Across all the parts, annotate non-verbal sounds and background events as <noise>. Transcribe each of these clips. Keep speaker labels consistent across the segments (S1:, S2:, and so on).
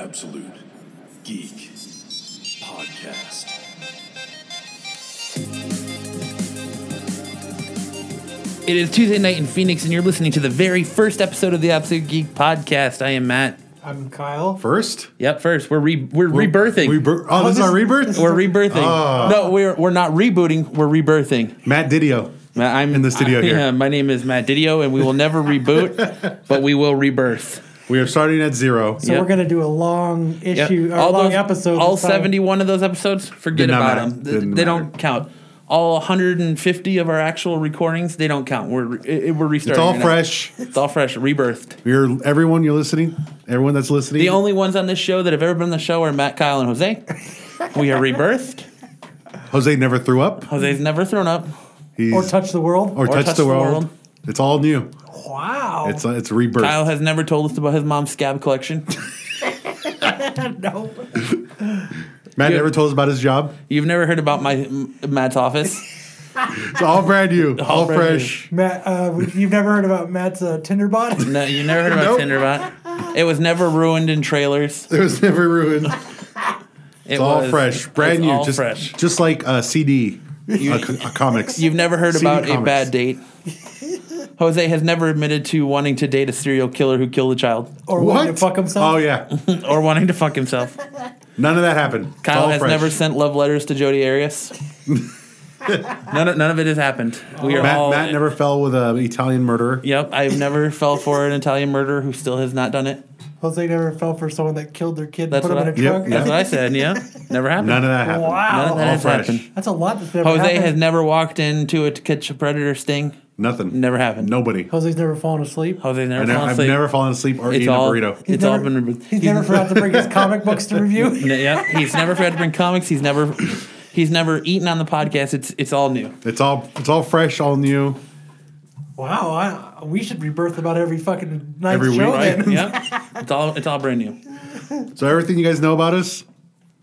S1: Absolute Geek Podcast.
S2: It is Tuesday night in Phoenix, and you're listening to the very first episode of the Absolute Geek Podcast. I am Matt.
S3: I'm Kyle.
S4: First?
S2: Yep, first we're re- we're, rebirthing.
S4: Rebir- oh, this is our rebirth?
S2: we're rebirthing.
S4: Ah.
S2: No, we're we're not rebooting. We're rebirthing.
S4: Matt Didio.
S2: Ma- I'm
S4: In the studio
S2: I-
S4: here.
S2: <laughs> yeah, my name is Matt Didio, and we will never reboot,
S4: <laughs>
S2: but we will rebirth.
S4: We are starting at zero.
S3: So
S2: Yep.
S3: we're gonna do a long
S2: Yep.
S3: issue, or a long
S2: those-
S3: episode. uh,
S2: All
S3: this time.
S2: 71 of those episodes, forget
S4: Did not
S2: about
S4: matter.
S2: them. They,
S4: Didn't
S2: they don't
S4: matter.
S2: count. All 150 of our actual recordings, they don't count. We're re- it, it- we're
S4: It's
S2: restarting.
S4: all
S2: right now.
S4: fresh.
S2: It's all fresh, rebirthed.
S4: You're everyone you're listening, everyone that's listening.
S2: The only ones on this show that have ever been on the show are Matt, Kyle, and Jose. We are rebirthed.
S4: Jose never threw up.
S2: Jose's never thrown up
S4: He's,
S3: or touch the world.
S4: or touched
S2: touched
S4: the,
S2: the
S4: world.
S2: world. Oh.
S4: It's all new.
S3: wow. <laughs>
S4: It's uh, it's rebirth.
S2: Kyle has never told us about his mom's scab collection.
S3: no.
S4: Matt never told us about his job.
S2: You've never heard about my m- Matt's office.
S4: It's all brand new. all
S2: brand
S4: fresh.
S3: Matt, uh, we- you've never heard about Matt's uh, Tinder
S4: <laughs>
S3: bot?
S2: No, you never heard about
S4: Nope.
S2: Tinderbot. It was never ruined in trailers.
S4: It was
S2: <laughs>
S4: never ruined.
S2: It
S4: It's all
S2: was-
S4: fresh. Brand
S2: it's
S4: new.
S2: All
S4: just
S2: fresh.
S4: just like a CD. a, co- a comics.
S2: You've never heard
S4: CD
S2: about a
S4: comics.
S2: bad date. Jose has never admitted to wanting to date a serial killer who killed a child
S3: Or wanted to
S4: what?
S3: fuck himself?
S4: Oh yeah.
S2: or wanting to fuck himself.
S4: None of that happened. It's
S2: <laughs> Kyle
S4: all
S2: has
S4: fresh.
S2: never sent love letters to Jodi Arias. none, of, none of it has happened. We are
S4: Matt,
S2: all.
S4: Matt never fell with an Italian murderer.
S2: Yep, I've never fell for an Italian murderer who still has not done it.
S3: Jose never fell for someone that killed their kid and
S2: That's
S3: put him in
S2: what
S3: a
S2: I-
S4: Yep,
S3: trunk.
S4: yep.
S2: That's what I said. Yeah, never happened.
S4: None of that happened.
S3: Wow.
S2: None of that
S4: All
S2: has
S4: fresh.
S2: happened.
S3: That's a lot that's never
S2: Jose
S3: happened.
S2: has never walked into it to catch a predator sting.
S4: Nothing.
S2: Never happened.
S4: Nobody.
S3: Jose's never fallen asleep.
S2: Jose's never
S4: I never,
S2: fallen
S4: I've
S2: asleep.
S4: never fallen asleep or
S2: it's
S4: eaten
S2: all.
S4: a burrito.
S2: It's all
S3: never-
S2: been.
S3: <laughs> He's never forgot to
S2: <laughs>
S3: bring his comic books to review.
S2: N- yep, he's never forgot to bring comics. He's never. He's never eaten on the podcast. It's it's all
S4: <laughs>
S2: new.
S4: It's all it's all fresh, all new.
S3: Wow, I, we should rebirth about every fucking night
S4: Every
S3: show
S4: week, right?
S3: then.
S2: Yep, it's all it's all brand new.
S4: So everything you guys know about us,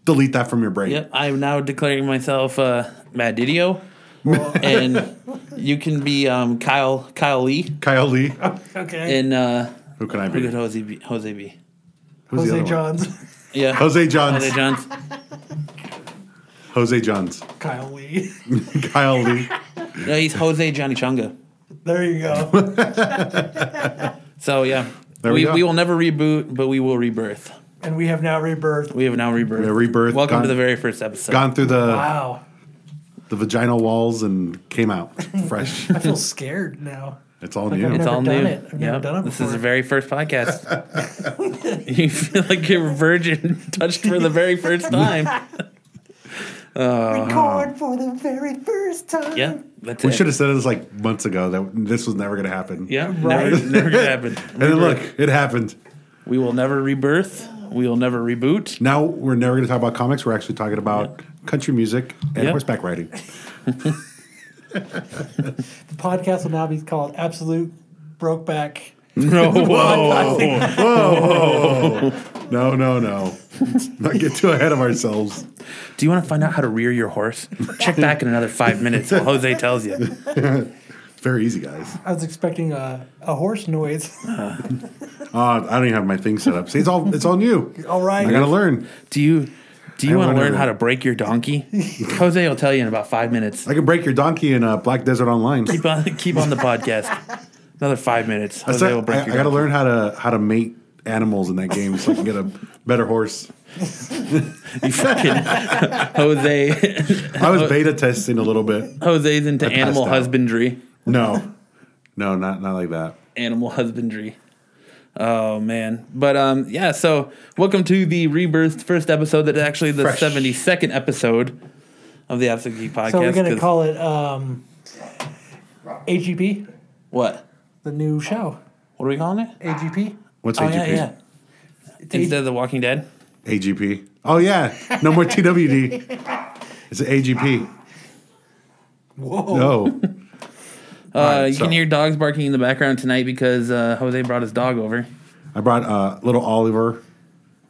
S4: delete that from your brain.
S2: Yep, I'm now declaring myself uh, Matt Didio,
S4: <laughs>
S2: and you can be um, Kyle Kyle Lee
S4: Kyle Lee.
S3: <laughs> Okay.
S2: and uh,
S4: Who can I
S2: who
S4: be?
S2: could Jose be? Jose be?
S4: Who's
S3: Jose
S4: the other one?
S3: Johns. <laughs>
S2: Yeah,
S4: Jose Johns.
S2: Jose Johns.
S4: Jose Johns. <laughs>
S3: Kyle Lee.
S4: Kyle Lee.
S2: No, he's Jose Johnny Chunga.
S3: There you go.
S4: <laughs>
S2: So yeah,
S4: There we
S2: we
S4: go.
S2: we will never reboot, but we will rebirth.
S3: and we have now rebirthed.
S2: We have now rebirth.
S4: Yeah, rebirth,
S2: Welcome to
S4: gone-
S2: the very first episode.
S4: Gone through the
S3: Wow.
S4: the vaginal walls and came out fresh.
S3: I feel scared now.
S4: It's all
S3: I've
S4: new.
S2: It's
S3: never
S2: all new.
S3: done it. I've never
S2: Yep.
S3: done it
S2: this is the
S3: before.
S2: very first podcast.
S4: <laughs>
S2: you feel like you're a virgin <laughs> touched for the very first
S4: <laughs>
S2: time.
S3: Record for the very first time.
S2: Yeah, that's
S4: we
S2: it.
S4: should have said this like months ago that this was never going to happen.
S2: Yeah,
S3: Right.
S2: never, never gonna
S4: <laughs>
S2: happen.
S4: And then look, it happened.
S2: We will never rebirth. We will never reboot.
S4: Now we're never going to talk about comics. We're actually talking about country music and
S2: Yep.
S4: horseback riding.
S3: The podcast will now be called Absolute Brokeback.
S4: No,
S2: <laughs>
S4: no, no. Let's Not get too ahead of ourselves.
S2: Do you want to find out how to rear your horse? <laughs> Check back in another five minutes while Jose tells you.
S4: Very easy, guys.
S3: I was expecting a, a horse noise. <laughs>
S4: Uh, I don't even have my thing set up. See, it's all it's all new.
S2: Oh,
S3: All right.
S4: I gotta learn.
S2: Do you do you
S4: I
S2: want to
S4: wanna
S2: learn
S4: know.
S2: how to break your
S4: <laughs>
S2: donkey? Jose will tell you in about five minutes.
S4: I can break your donkey in uh, Black Desert Online.
S2: Keep on keep on the podcast. Another five minutes.
S4: I,
S2: Jose
S4: said-
S2: will break
S4: I- I
S2: your
S4: gotta
S2: donkey.
S4: learn how to how to mate animals in that game so I can get a better horse.
S2: <laughs> You fucking Jose <laughs>
S4: I was beta testing a little bit.
S2: Jose's into
S4: passed
S2: animal
S4: out.
S2: husbandry.
S4: No, no, not not like that.
S2: Animal husbandry. Oh man. But um yeah, so welcome to the rebirth first episode that is actually the
S4: Fresh.
S2: seventy second episode of the Absolute Geek Podcast.
S3: so we're going
S2: 'cause-
S3: to call it um, AGP,
S2: what?
S3: the new show.
S2: What are we calling it?
S3: AGP.
S4: What's
S2: Oh
S4: AGP?
S2: yeah, yeah.
S3: It's
S2: Instead
S3: AG-
S2: of the Walking Dead.
S4: AGP. Oh yeah, no
S2: <laughs>
S4: more TWD. It's AGP.
S3: Whoa.
S4: No,
S2: Uh,
S4: right,
S2: you
S4: so-
S2: can hear dogs barking in the background tonight because uh, Jose brought his dog over.
S4: I brought uh, little Oliver.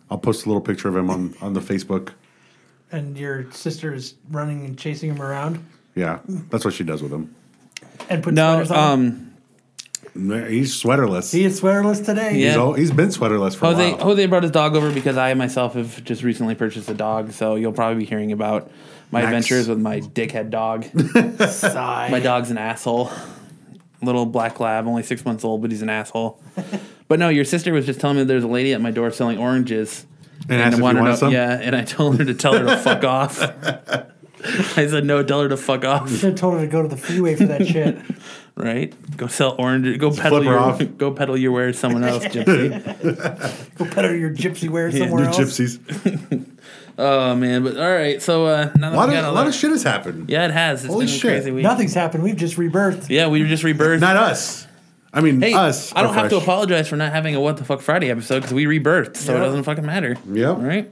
S4: I'll post a little picture of him on on the Facebook.
S3: And your sister is running and chasing him around
S4: Yeah, that's what she does with him.
S3: and puts
S2: No,
S3: sweaters on.
S2: um,
S4: He's sweaterless.
S3: He is sweaterless today.
S2: Yeah.
S4: He's, al- he's been sweaterless for
S2: Jose
S4: a while.
S2: Jose brought his dog over because I myself have just recently purchased a dog, so you'll probably be hearing about my
S4: Nice.
S2: adventures with my dickhead dog.
S3: Sigh.
S2: my dog's an asshole. Little black lab, only six months old, but he's an asshole. but no, your sister was just telling me there's a lady at my door selling oranges.
S4: And asked if you
S2: wanted
S4: wanted
S2: to-
S4: some?
S2: Yeah, and I told her to tell her to fuck off. I said no, tell her to fuck
S3: You
S2: off.
S3: should have told her to go to the freeway for that
S2: <laughs>
S3: shit.
S2: Right? Go sell oranges. Go peddle
S4: flip her
S2: your
S4: off.
S2: <laughs> go peddle your wares someone else, gypsy.
S3: Go put her your gypsy wear somewhere
S4: New
S3: else.
S4: gypsies.
S2: <laughs> Oh man, but all right. So uh, now that
S4: A lot,
S2: we
S4: of,
S2: got
S4: a
S2: all
S4: lot
S2: that-
S4: of shit has happened.
S2: yeah, it has. It's
S4: Holy
S2: been a
S4: shit.
S2: crazy week.
S3: Nothing's happened. We've just rebirthed.
S2: Yeah, we were just rebirthed.
S4: Not us. I mean,
S2: hey,
S4: us.
S2: I don't
S4: are
S2: have to
S4: fresh.
S2: apologize for not having a what the fuck Friday episode because we rebirthed, so it
S3: Yeah.
S2: doesn't fucking matter.
S4: Yep.
S2: Right?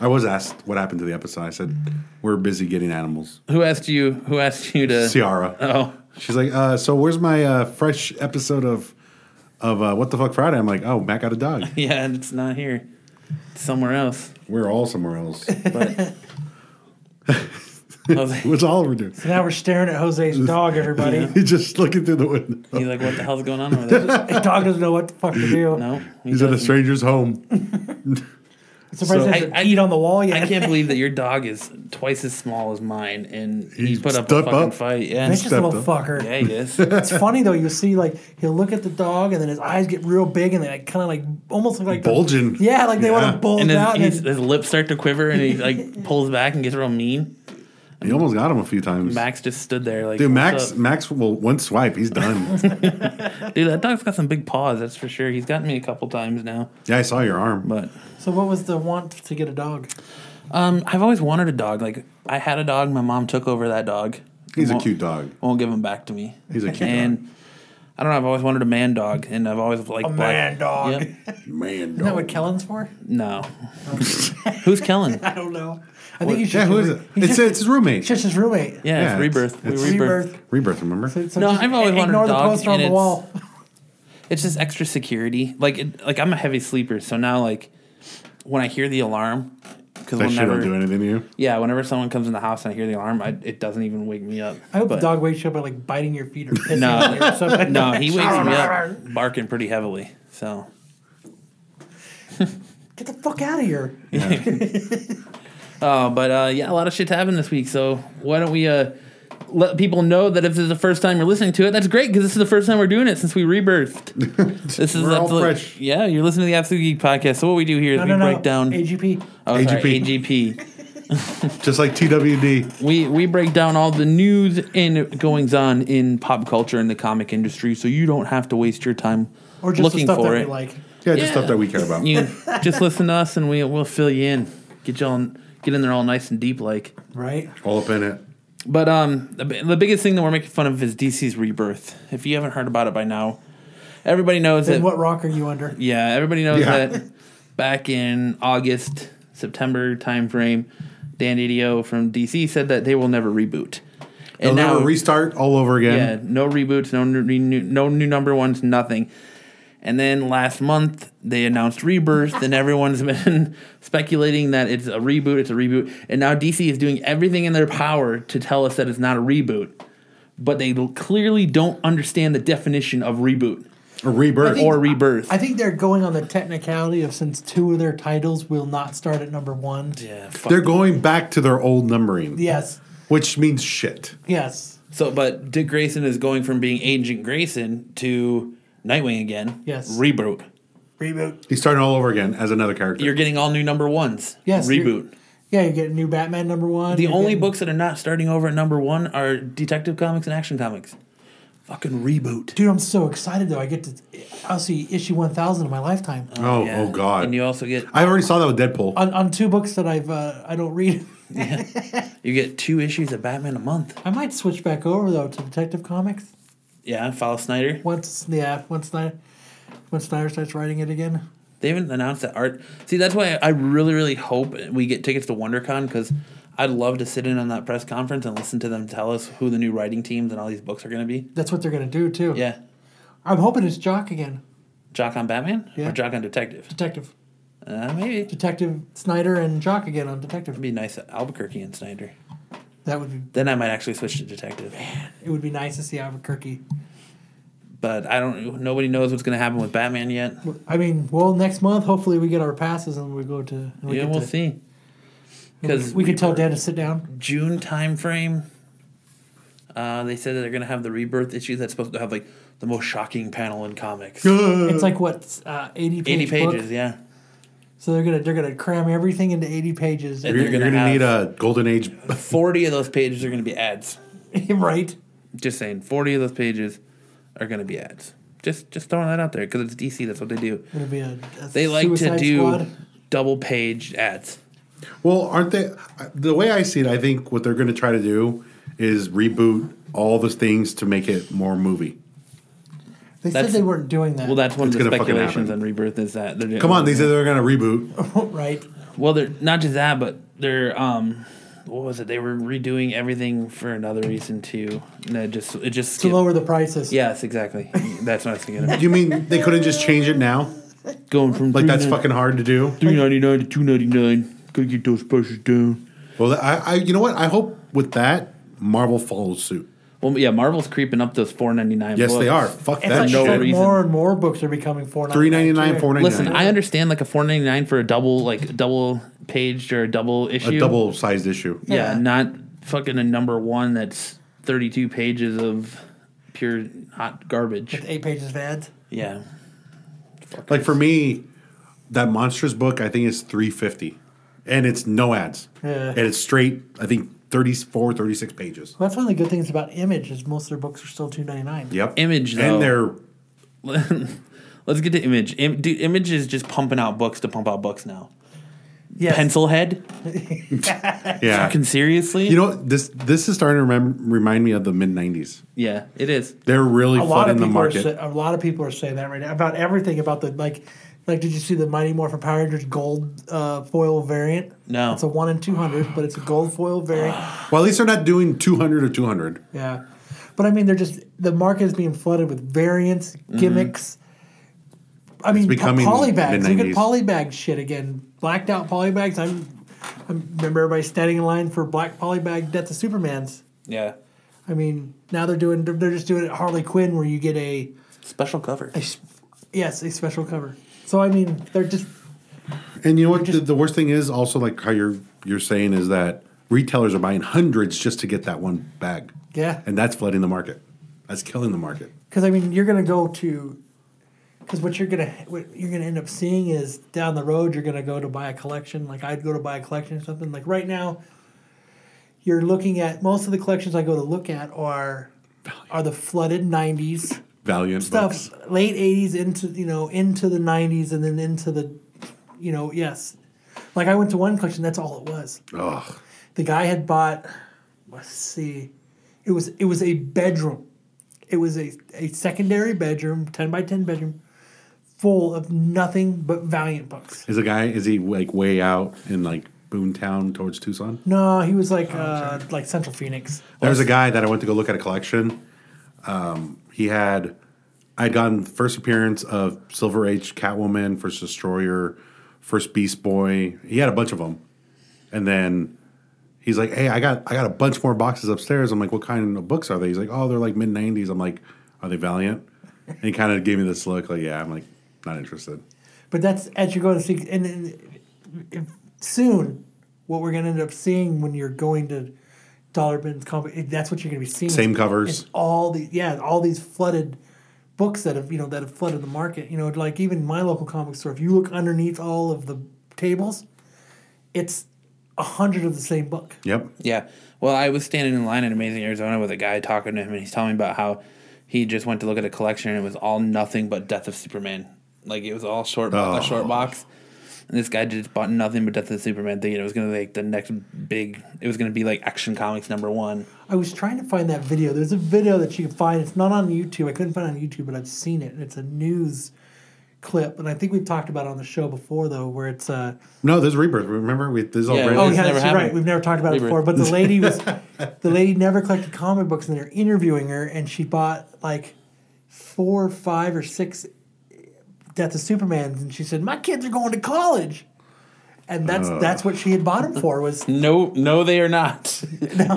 S4: I was asked what happened to the episode. I said, we're busy getting animals.
S2: Who asked you? Who asked you to?
S4: Ciara.
S2: Oh,
S4: She's like, uh, so where's my uh, fresh episode of of uh, What the Fuck Friday? I'm like, oh, Mac got a dog.
S2: yeah, and it's not here. It's somewhere else.
S4: We're all
S3: <laughs>
S4: somewhere else. <laughs>
S2: But Jose,
S4: What's Oliver doing?
S3: So now we're staring at
S2: <laughs>
S3: Jose's dog, everybody.
S4: He's just looking through the window.
S2: he's like, "What the hell's going on over
S4: <laughs>
S2: there?"
S3: His dog doesn't know what the fuck to do.
S2: No, he
S4: He's at a
S2: doesn't.
S4: stranger's home.
S3: I'm surprised
S4: So-
S3: there's
S2: I- I-
S3: a teat on the wall yet.
S2: I can't believe that your dog is twice as small as mine, and he,
S4: He
S2: put up a
S4: stepped
S2: fucking
S4: up.
S2: fight. Yeah,
S3: That's just a
S4: Stepped
S3: little
S4: up.
S2: <laughs>
S3: fucker.
S2: yeah, he is.
S3: It's funny though. You see, like he'll look at the dog, and then his eyes get real big, and they like kind of like almost look like
S4: Bulging.
S3: Yeah, like they want
S4: Yeah.
S3: to bulge
S2: and
S3: out.
S2: then
S3: And
S2: his,
S3: then,
S2: his lips start to quiver and he like pulls back and gets real mean.
S4: He almost got him a few times.
S2: Max just stood there like,
S4: Dude,
S2: "What's
S4: Max, Max will one swipe, he's
S3: <laughs>
S4: done.
S2: up?" dude, that dog's got some big paws. That's for sure. He's gotten me a couple times now,
S4: yeah, I saw your arm.
S2: but
S3: so, what was the want to get a dog?
S2: um, I've always wanted a dog. Like I had a dog. My mom took over that dog.
S4: He's a
S2: Won't-
S4: cute dog.
S2: Won't give him back to me.
S4: He's a cute
S2: and I don't know. I've always wanted a man dog, and I've always liked
S3: A
S2: black-
S3: man dog.
S2: Yep.
S3: Isn't
S4: Man,
S3: that what Kellen's for?
S2: No, <laughs> who's Kellen?
S3: I don't know. I think you should.
S4: Yeah, who is it?
S3: He's
S4: It's,
S3: just,
S4: it's his roommate.
S3: it's just his roommate.
S2: Yeah,
S4: Yeah,
S2: it's
S4: it's-
S2: rebirth.
S4: it's-
S2: we rebirth.
S3: Rebirth.
S4: Rebirth, remember?
S3: So, so
S2: No,
S3: just
S2: I've always wanted
S3: ignore
S2: a
S3: the
S2: dog,
S3: poster on
S2: and
S3: the
S2: it's-
S3: wall.
S2: it's just extra security. Like it, like I'm a heavy sleeper, so now like when I hear the alarm, because
S4: That shit don't do
S2: whenever
S4: anything to
S3: <laughs>
S4: you.
S2: yeah, whenever someone comes in the house and I hear the alarm, I, it doesn't even wake me up.
S3: I hope
S2: But-
S3: the dog wakes you up by like biting your feet or
S2: <laughs>
S3: pissing
S2: No.
S3: on you or
S2: <laughs>
S3: something.
S2: No, he wakes me up barking pretty heavily. So
S3: Get the fuck out of here.
S2: Oh, but uh, yeah, a lot of shit's happened this week. So why don't we uh, let people know that if this is the first time you're listening to it, that's great because this is the first time we're doing it since we
S4: <laughs>
S2: rebirthed. This is
S4: We're all
S2: absolute-
S4: fresh.
S2: Yeah, you're listening to the Absolute Geek podcast. So what we do here is
S3: No,
S2: we
S3: no, no.
S2: break down
S3: AGP.
S2: oh, sorry,
S4: AGP.
S2: AGP.
S4: Just like TWD.
S2: We we break down all the news and goings on in pop culture and the comic industry, so you don't have to waste your time
S3: Or just
S2: looking
S3: the stuff
S2: for
S3: that
S2: it.
S3: we like.
S4: Yeah,
S2: Yeah.
S4: just stuff that we care
S3: <laughs>
S4: about.
S2: You just listen to us, and we we'll fill you in. Get you all get in there all nice and deep like.
S3: Right?
S4: All up in it.
S2: But um, the, bi- the biggest thing that we're making fun of is DC's rebirth. If you haven't heard about it by now, everybody knows that.
S3: Then what rock are you under?
S2: Yeah, everybody knows
S4: Yeah.
S2: that. Back in August, September timeframe, Dan Didio Oh from DC said that they will never reboot.
S4: They'll never restart all over
S2: Yeah,
S4: again.
S2: no reboots, no new, new, no new number ones, nothing. And then last month they announced Rebirth, and everyone's <laughs> been speculating that it's a reboot, it's a reboot. And now DC is doing everything in their power to tell us that it's not a reboot, but they l- clearly don't understand the definition of reboot
S4: Or rebirth.
S2: or rebirth.
S3: I think they're going on the technicality of since two of their titles will not start at number one.
S2: yeah,
S4: They're
S2: fuck.
S4: going back to their old numbering,
S3: Yes.
S4: which means shit.
S3: Yes.
S2: So, but Dick Grayson is going from being Agent Grayson to Nightwing again.
S3: Yes.
S2: reboot.
S3: Reboot.
S4: He's starting all over again as another character.
S2: You're getting all new number ones.
S3: Yes, you're-
S2: reboot.
S3: Yeah, you get new Batman number one.
S2: The
S3: you're
S2: only
S3: getting-
S2: books that are not starting over at number one are Detective Comics and Action Comics. Fucking reboot.
S3: Dude, I'm so excited though. I get to. I'll see issue 1,000 in my lifetime.
S4: oh,
S2: Yeah. Oh.
S4: oh god.
S2: And you also get
S4: I already saw that with Deadpool. <laughs>
S3: On, on two books that I've uh, I don't read. <laughs>
S2: you get two issues of Batman a month.
S3: I might switch back over though to Detective Comics
S2: Yeah, follow Snyder.
S3: once yeah once Snyder once Snyder starts writing it again.
S2: They haven't announced that art. See, that's why I really, really hope we get tickets to WonderCon because I'd love to sit in on that press conference and listen to them tell us who the new writing teams and all these books are going to be.
S3: That's what they're gonna do too.
S2: Yeah.
S3: I'm hoping it's Jock again,
S2: Jock on Batman
S3: Yeah.
S2: or Jock on Detective?
S3: Detective
S2: Uh, maybe.
S3: Detective Snyder and Jock again on Detective.
S2: It'd be nice at Albuquerque and Snyder.
S3: That would be
S2: Then I might actually switch to Detective.
S3: it would be nice to see Albuquerque.
S2: But I don't. Nobody knows what's going to happen with Batman yet.
S3: I mean, well, next month hopefully we get our passes and we go to. and we
S2: yeah,
S3: get
S2: we'll
S3: to-
S2: see. Because
S3: We could tell Dan to sit down.
S2: June timeframe, Uh, they said that they're gonna have the rebirth issue that's supposed to have like the most shocking panel in comics.
S3: It's like what uh, eighty page
S2: Eighty pages,
S3: Book.
S2: yeah.
S3: So they're gonna they're gonna cram everything into eighty pages,
S2: And
S4: You're,
S3: <laughs>
S2: they're
S4: you're
S2: gonna
S4: gonna
S2: have-
S4: need a golden age.
S2: Forty of those pages are gonna be ads.
S3: right?
S2: Just saying, forty of those pages are gonna be ads. Just just throwing that out there because it's DC. That's what they do.
S3: It'll be a, a
S2: They like to
S3: Suicide
S2: do
S3: Squad.
S2: double page ads.
S4: Well, aren't they? The way I see it, I think what they're going to try to do is reboot all the things to make it more movie.
S3: They said
S2: that's-
S3: they weren't doing that.
S2: Well, that's one
S4: It's
S2: of the
S4: gonna fucking
S2: speculations
S4: happen.
S2: on rebirth is that they're
S4: Come on, they said they were going to
S3: <laughs>
S4: reboot.
S3: right.
S2: Well, they're not just that, but they're um, what was it? They were redoing everything for another reason too. And it just it just
S3: To
S2: skipped-
S3: lower the prices.
S2: Yes, exactly. That's what I was thinking. Of.
S4: You mean they couldn't just change it now?
S2: Going from
S4: Like that's fucking hard to do.
S2: three ninety nine to two ninety nine. Gotta get those prices down.
S4: Well, I, I, you know what? I hope with that Marvel follows suit.
S2: Well, yeah, Marvel's creeping up those four ninety nine.
S4: Yes, they are. Fuck
S3: It's
S4: that
S3: like
S2: no
S4: shit.
S3: no
S2: reason.
S3: more and more books are becoming four ninety
S4: Three ninety nine, four ninety nine.
S2: Listen, I understand like a four ninety nine for a double like double paged or a double issue.
S4: a double sized issue.
S2: Yeah,
S3: Yeah.
S2: not fucking a number one that's thirty two pages of pure hot garbage.
S3: Eight pages of ads.
S2: Yeah.
S4: Like for me, that monsters book I think is three fifty, and it's no ads.
S3: Yeah.
S4: And it's straight. I think 34, 36 pages.
S3: Well, that's one of the good things about Image is most of their books are still two ninety nine.
S4: Yep.
S2: Image, though.
S4: and they're
S2: <laughs> Let's get to Image. Im- dude, Image is just pumping out books to pump out books now.
S3: Yes.
S2: Pencil head?
S4: yeah.
S2: Fucking seriously?
S4: You know this this is starting to rem- remind me of the mid nineties.
S2: yeah, it is.
S4: They're really
S3: a lot of
S4: flooding the
S3: people
S4: market.
S3: Are say, a lot of people are saying that right now about everything about the like. Like, did you see the Mighty Morphin Power Rangers gold uh, foil variant?
S2: No.
S3: it's a one in two hundred, but it's a gold
S4: <sighs>
S3: foil variant.
S4: well, at least they're not doing two hundred or two hundred.
S3: Yeah, but I mean, they're just the market is being flooded with variants, gimmicks. I mean,
S4: Mm-hmm. becoming
S3: polybags. Look at
S4: mid-nineties.
S3: polybag shit again. Blacked out polybags. I'm, I remember everybody standing in line for black polybag Death of Superman's.
S2: Yeah.
S3: I mean, now they're doing. They're just doing it at Harley Quinn, where you get a
S2: Special cover.
S3: a s- yes, a special cover. So I mean, they're just
S4: And you know what? the, the worst thing is also like how you're you're saying is that retailers are buying hundreds just to get that one bag.
S3: yeah.
S4: and that's flooding the market. That's killing the market.
S3: Because I mean, you're gonna go to, because what you're gonna what you're gonna end up seeing is down the road you're gonna go to buy a collection. Like I'd go to buy a collection or something. Like right now, you're looking at most of the collections I go to look at are are the flooded '90s
S4: Valiant
S3: stuff,
S4: books.
S3: late '80s into you know into the '90s and then into the, you know yes, like I went to one collection. That's all it was.
S4: Ugh.
S3: The guy had bought. Let's see. It was it was a bedroom. It was a, a secondary bedroom, ten by ten bedroom, full of nothing but Valiant books.
S4: Is a guy? Is he like way out in like Boontown towards Tucson?
S3: No, he was like uh, like Central Phoenix.
S4: There was a guy that I went to go look at a collection. Um, he had, I'd gotten the first appearance of Silver Age Catwoman, First Destroyer, First Beast Boy. He had a bunch of them, and then he's like, "Hey, I got I got a bunch more boxes upstairs." I'm like, "What kind of books are they?" He's like, "Oh, they're like mid '90s." I'm like, "Are they Valiant?" And he kind of gave me this look, like, "Yeah." I'm like, "Not interested."
S3: But that's as you're going to see, and, then if, soon, what we're going to end up seeing when you're going to dollar bins, comp- that's what you're going to be seeing.
S4: Same covers.
S3: It's all the yeah, all these flooded books that have you know that have flooded the market. You know, like even my local comic store. If you look underneath all of the tables, it's a hundred of the same book.
S4: Yep.
S2: Yeah. Well, I was standing in line in Amazing Arizona with a guy talking to him, and he's telling me about how he just went to look at a collection, and it was all nothing but Death of Superman. Like it was all short, bo-
S4: Oh.
S2: a short box. And this guy just bought nothing but Death of Superman, thinking it was gonna be like the next big. It was gonna be like Action Comics number one.
S3: I was trying to find that video. There's a video that you can find. It's not on YouTube. I couldn't find it on YouTube, but I've seen it, and it's a news clip. And I think we've talked about it on the show before, though, where it's uh,
S4: No, there's Rebirth. Remember, we, this is all
S2: Yeah,
S4: brand
S2: it
S3: Oh
S4: new.
S2: It's
S3: yeah,
S2: never
S3: that's
S2: happened.
S3: right. We've never talked about it
S2: Rebirth.
S3: before. But the lady
S2: <laughs>
S3: was, the lady never collected comic books, and they're interviewing her, and she bought like four, five, or six Death of Supermans, and she said, "My kids are going to college," and that's
S2: Uh.
S3: that's what she had bought him
S2: <laughs>
S3: for was
S2: No, no, they are
S4: <laughs>
S2: not.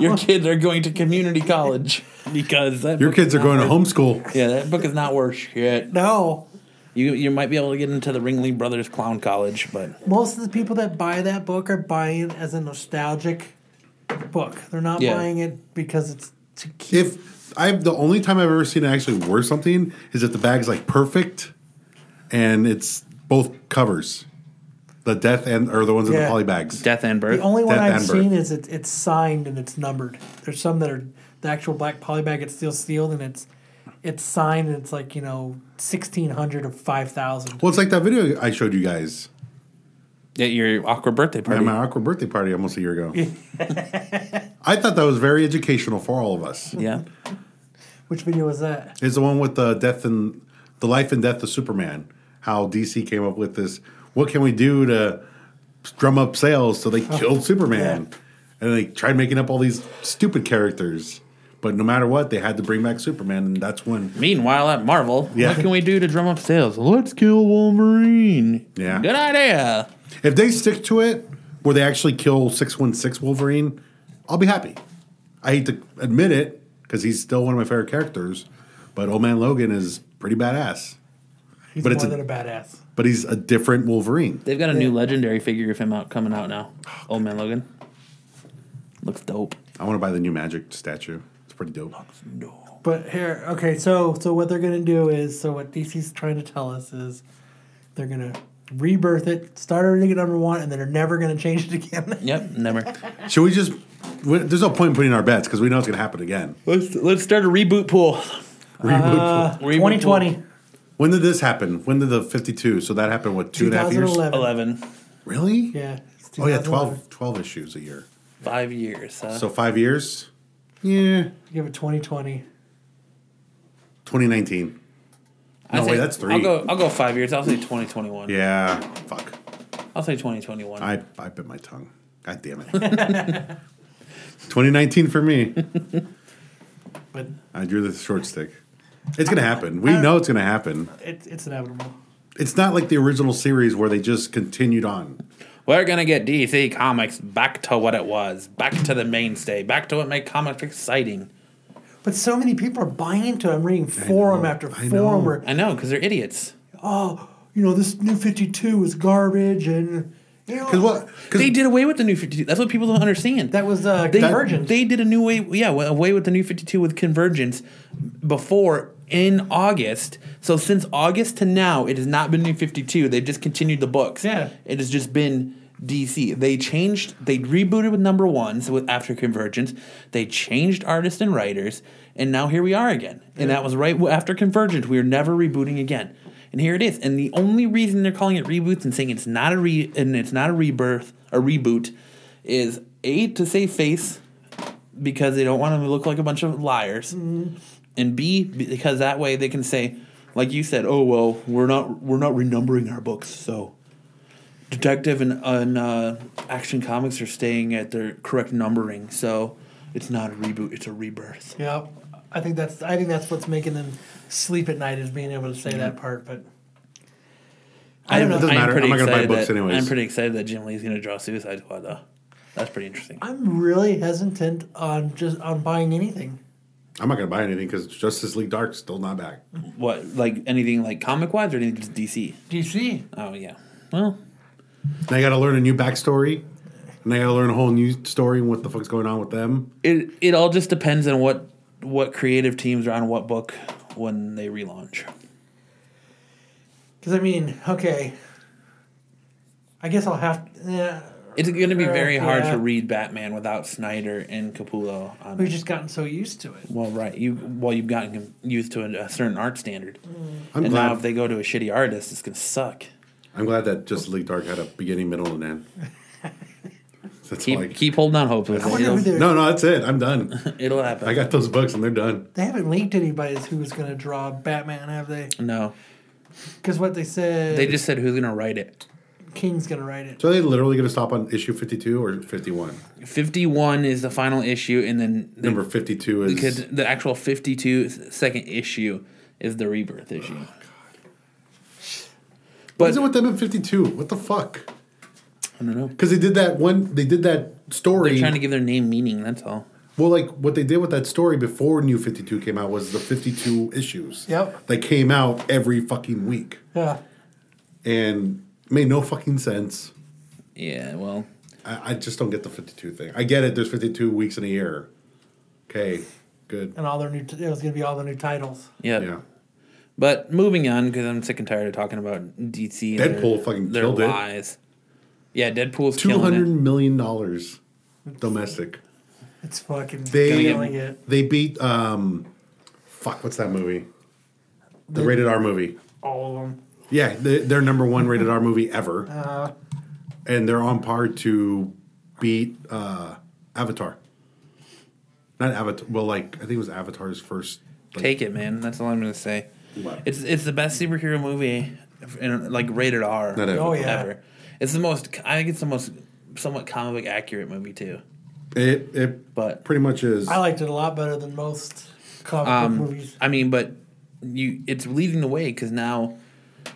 S2: Your kids are going to community college because that
S4: Your
S2: book is
S4: kids are
S2: not
S4: going to
S2: worth- <laughs>
S4: homeschool.
S2: Yeah, that book is not worth shit.
S3: no.
S2: You you might be able to get into the Ringling Brothers Clown College, but
S3: Most of the people that buy that book are buying it as a nostalgic book. They're not
S2: Yeah.
S3: buying it because it's to keep.
S4: If I've the only time I've ever seen it actually worth something is if the bag's like perfect, and it's both covers, the death and or the ones in the
S3: Yeah.
S4: poly bags.
S2: Death and Birth.
S3: the only one
S4: Death
S3: I've
S4: and
S3: seen
S4: Birth.
S3: is it, it's signed and it's numbered. There's some that are the actual black polybag. It's still sealed and it's it's signed and it's like you know sixteen hundred or five thousand.
S4: Well, it's like that video I showed you guys
S2: At your awkward birthday
S4: at
S2: party.
S4: my awkward birthday party almost a year
S2: <laughs>
S4: ago. I thought that was very educational for all of us.
S2: Yeah.
S3: Which video was that?
S4: It's the one with the death and the life and death of Superman. How DC came up with this. What can we do to drum up sales? So they killed Superman, and they tried making up all these stupid characters. But no matter what, they had to bring back Superman, and that's when
S2: Meanwhile, at Marvel,
S4: Yeah.
S2: what can we do to drum up sales? Let's kill Wolverine.
S4: Yeah.
S2: Good idea.
S4: if they stick to it, where they actually kill six one six Wolverine, I'll be happy. I hate to admit it because he's still one of my favorite characters, but Old Man Logan is pretty badass.
S3: He's
S4: But
S3: more
S4: it's a-
S3: than a badass.
S4: But he's a different Wolverine.
S2: They've got a new legendary figure of him out coming out now.
S4: Oh,
S2: Old Man Logan. Looks dope.
S4: I want to buy the new Magic statue. It's pretty dope.
S3: But here, okay, so so what they're gonna do is, so what DC's trying to tell us is, they're gonna rebirth it, start everything at number one, and they're never gonna change it again. <laughs>
S2: Yep,
S4: <laughs>
S2: never.
S4: Should we just? we- There's no point in putting our bets because we know it's going to happen again.
S2: Let's let's start a reboot pool. Uh,
S4: Reboot.
S2: Reboot
S3: Twenty twenty.
S4: when did this happen? When did the 52? So that happened what two and a half years?
S3: 2011.
S2: pool. Eleven.
S4: Really?
S3: Yeah. it's
S4: Oh yeah,
S3: 2011.
S4: 12, 12 issues a year.
S2: Five years. huh?
S4: So five years. Yeah.
S3: Give it twenty twenty.
S4: 2019.
S2: I'd
S4: no,
S2: say-
S4: wait, that's three.
S2: I'll go I'll go five years. I'll say twenty twenty one.
S4: Yeah. Fuck.
S2: I'll say twenty twenty one.
S4: I I bit my tongue. God damn it. <laughs> 2019 for me.
S3: But
S4: I drew the short stick. It's gonna happen. We know it's gonna happen.
S3: it, it's inevitable.
S4: It's not like the original series where they just continued on.
S2: We're gonna get DC Comics back to what it was, back to the mainstay, back to what made comics exciting.
S3: But so many people are buying into it. I'm reading forum
S4: know,
S3: after
S4: I
S3: forum
S4: know.
S3: where,
S2: I know, because they're idiots.
S3: oh, you know, this new 52 is garbage and, you know.
S4: Because what? Cause
S2: They did away with the New Fifty Two. That's what people don't understand.
S3: That was uh,
S2: they,
S3: Convergence.
S2: They did a new way, yeah, away with the New Fifty Two with Convergence before in August. So since August to now, it has not been New Fifty Two. They've just continued the books.
S3: Yeah.
S2: it has just been DC. They changed. They rebooted with number ones with after Convergence. They changed artists and writers, and now here we are again. And that was right after Convergence. We are never rebooting again. And here it is. And the only reason they're calling it reboots and saying it's not a re and it's not a rebirth, a reboot, is a to save face because they don't want to look like a bunch of liars, and B because that way they can say, like you said, oh well, we're not we're not renumbering our books, so Detective and, and uh, Action Comics are staying at their correct numbering, so it's not a reboot, it's a rebirth.
S3: yeah. I think that's I think that's what's making them sleep at night is being able to say that part. But
S2: I
S4: don't know. It doesn't
S2: I'm
S4: matter.
S2: pretty
S4: I'm not gonna buy
S2: excited
S4: books
S2: that-
S4: anyways.
S2: I'm pretty excited that Jim Lee's going to draw Suicide Squad though. That's pretty interesting.
S3: I'm really hesitant on just on buying anything.
S4: I'm not gonna buy anything because Justice League Dark's still not back.
S2: What like anything like comic wise or anything just DC?
S3: DC.
S2: Oh yeah. Well,
S4: And I got to learn a new backstory, and I got to learn a whole new story and what the fuck's going on with them.
S2: it it all just depends on what what creative teams are on what book when they relaunch.
S3: Because I mean, okay. I guess I'll have. Yeah,
S2: It's going to be very hard
S3: Yeah.
S2: to read Batman without Snyder and Capullo on.
S3: we've just gotten so used to it.
S2: well, right. You well, you've gotten used to a, a certain art standard,
S4: I'm
S2: and
S4: glad.
S2: now if they go to a shitty artist, it's going to suck.
S4: I'm glad that Justice League Dark had a beginning, middle,
S2: <laughs>
S4: and end. That's
S2: Keep
S4: all I-
S2: keep holding on, hope.
S3: I wonder who
S2: It'll,
S3: they're-
S4: no, no, that's it. I'm done.
S2: it'll happen.
S4: I got those books and they're done.
S3: They haven't linked anybody as who's going to draw Batman, have they?
S2: no,
S3: Because what they said,
S2: they just said who's going to write it.
S3: King's going to write it.
S4: So are they literally going to stop on issue 52 or 51?
S2: Fifty-one is the final issue, and then the,
S4: Number 52 is
S2: because the actual 52 second issue is the rebirth issue.
S4: Oh, What is it with them at 52? What the fuck?
S2: I don't know.
S4: Because they did that one, they did that
S2: They're
S4: story.
S2: trying to give their name meaning. That's all.
S4: well, like what they did with that story before New Fifty Two came out was the Fifty Two issues.
S3: Yep.
S4: That came out every fucking week
S3: Yeah.
S4: and made no fucking sense.
S2: Yeah. Well,
S4: I, I just don't get the Fifty Two thing. I get it. There's Fifty Two weeks in a year. Okay, good.
S3: And all their new, t- it was going to be all the new titles.
S2: yeah.
S4: Yeah.
S2: But moving on because I'm sick and tired of talking about DC. and
S4: Deadpool fucking
S2: their
S4: killed it.
S2: lies. Yeah, Deadpool's
S4: Two hundred
S2: killing it.
S4: million dollars domestic.
S3: It's fucking
S4: They
S3: killing it.
S4: they beat um, fuck. What's that movie? The rated R movie.
S3: All of them.
S4: Yeah, they- they're number one rated R movie
S3: <laughs>
S4: ever,
S3: Uh.
S4: and they're on par to beat uh, Avatar. Not Avatar. Well, like I think it was Avatar's first. Like,
S2: Take it, man. That's all I'm gonna say.
S4: What?
S2: It's it's the best superhero movie, and like rated R.
S4: Not ever.
S3: Oh, yeah.
S2: Ever. It's the most. I think it's the most somewhat comic book accurate movie too.
S4: It it
S2: But
S4: pretty much is.
S3: I liked it a lot better than most comic
S2: Um,
S3: book movies.
S2: I mean, but you it's leading the way because now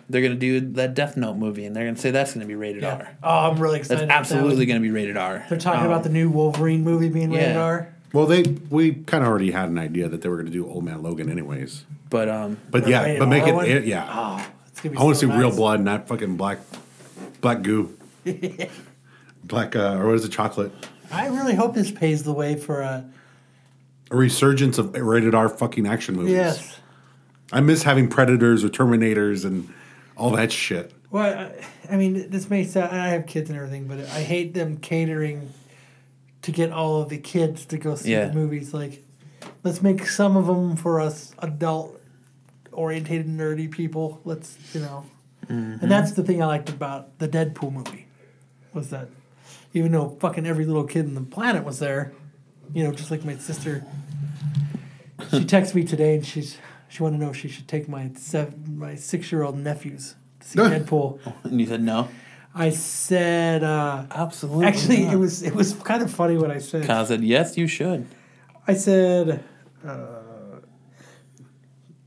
S2: they're gonna do that Death Note movie, and they're gonna say that's gonna be rated
S3: Yeah.
S2: R.
S3: Oh, I'm really excited.
S2: That's
S3: about that
S2: absolutely
S3: one.
S2: gonna be rated R.
S3: They're talking
S2: Um,
S3: about the new Wolverine movie being rated
S2: yeah.
S3: R.
S4: well, they we kind of already had an idea that they were going to do Old Man Logan anyways.
S2: but um.
S4: But
S3: The
S4: yeah,
S3: rated
S4: but make
S3: R
S4: it,
S3: one?
S4: it- yeah.
S3: Oh, it's gonna be
S4: I want to
S3: so
S4: see
S3: nice.
S4: real blood, not fucking black
S3: <laughs>
S4: black goo, black uh, or what is it, chocolate?
S3: I really hope this paves the way for a
S4: A resurgence of rated R fucking action movies.
S3: yes.
S4: I miss having predators or terminators and all that shit.
S3: Well, I- uh, I mean, this may sound. I have kids and everything, but I hate them catering to get all of the kids to go see
S2: Yeah.
S3: the movies. Like, let's make some of them for us adult orientated nerdy people. Let's you know, and that's the thing I liked about the Deadpool movie was that even though fucking every little kid on the planet was there, you know, just like my sister. She texted me today and she's she wanted to know if she should take my seven, my six year old nephews to see Deadpool.
S2: And you said no.
S3: I said, uh,
S2: Absolutely.
S3: actually, it was it was kind of funny what I said.
S2: Kyle said yes. You should.
S3: I said, uh,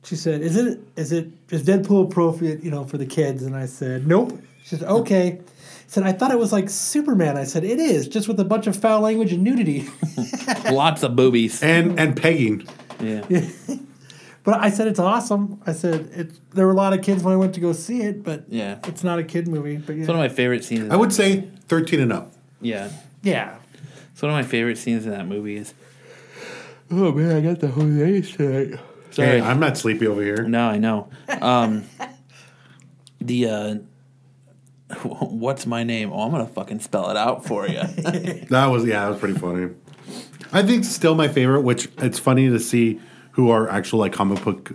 S3: she said, is it is it is Deadpool appropriate, you know, for the kids? And I said, nope. She said, okay. said, I thought it was like Superman. I said, it is, just with a bunch of foul language and nudity. <laughs>
S2: Lots of <laughs> boobies.
S4: And and pegging.
S2: Yeah.
S3: But I said it's awesome. I said it. There were a lot of kids when I went to go see it, but
S2: Yeah.
S3: it's not a kid movie. But yeah,
S2: It's one of my favorite scenes.
S4: I would say 13 and up.
S2: Yeah.
S3: yeah.
S2: It's one of my favorite scenes in that movie is. Oh man, I got the Jose's tonight. Sorry,
S4: Hey, I'm not sleepy over here.
S2: no, I know. <laughs> Um, the uh, <laughs> what's my name? Oh, I'm gonna fucking spell it out for <laughs> you.
S4: That was yeah, that was pretty funny. I think still my favorite, which it's funny to see who are actual like comic book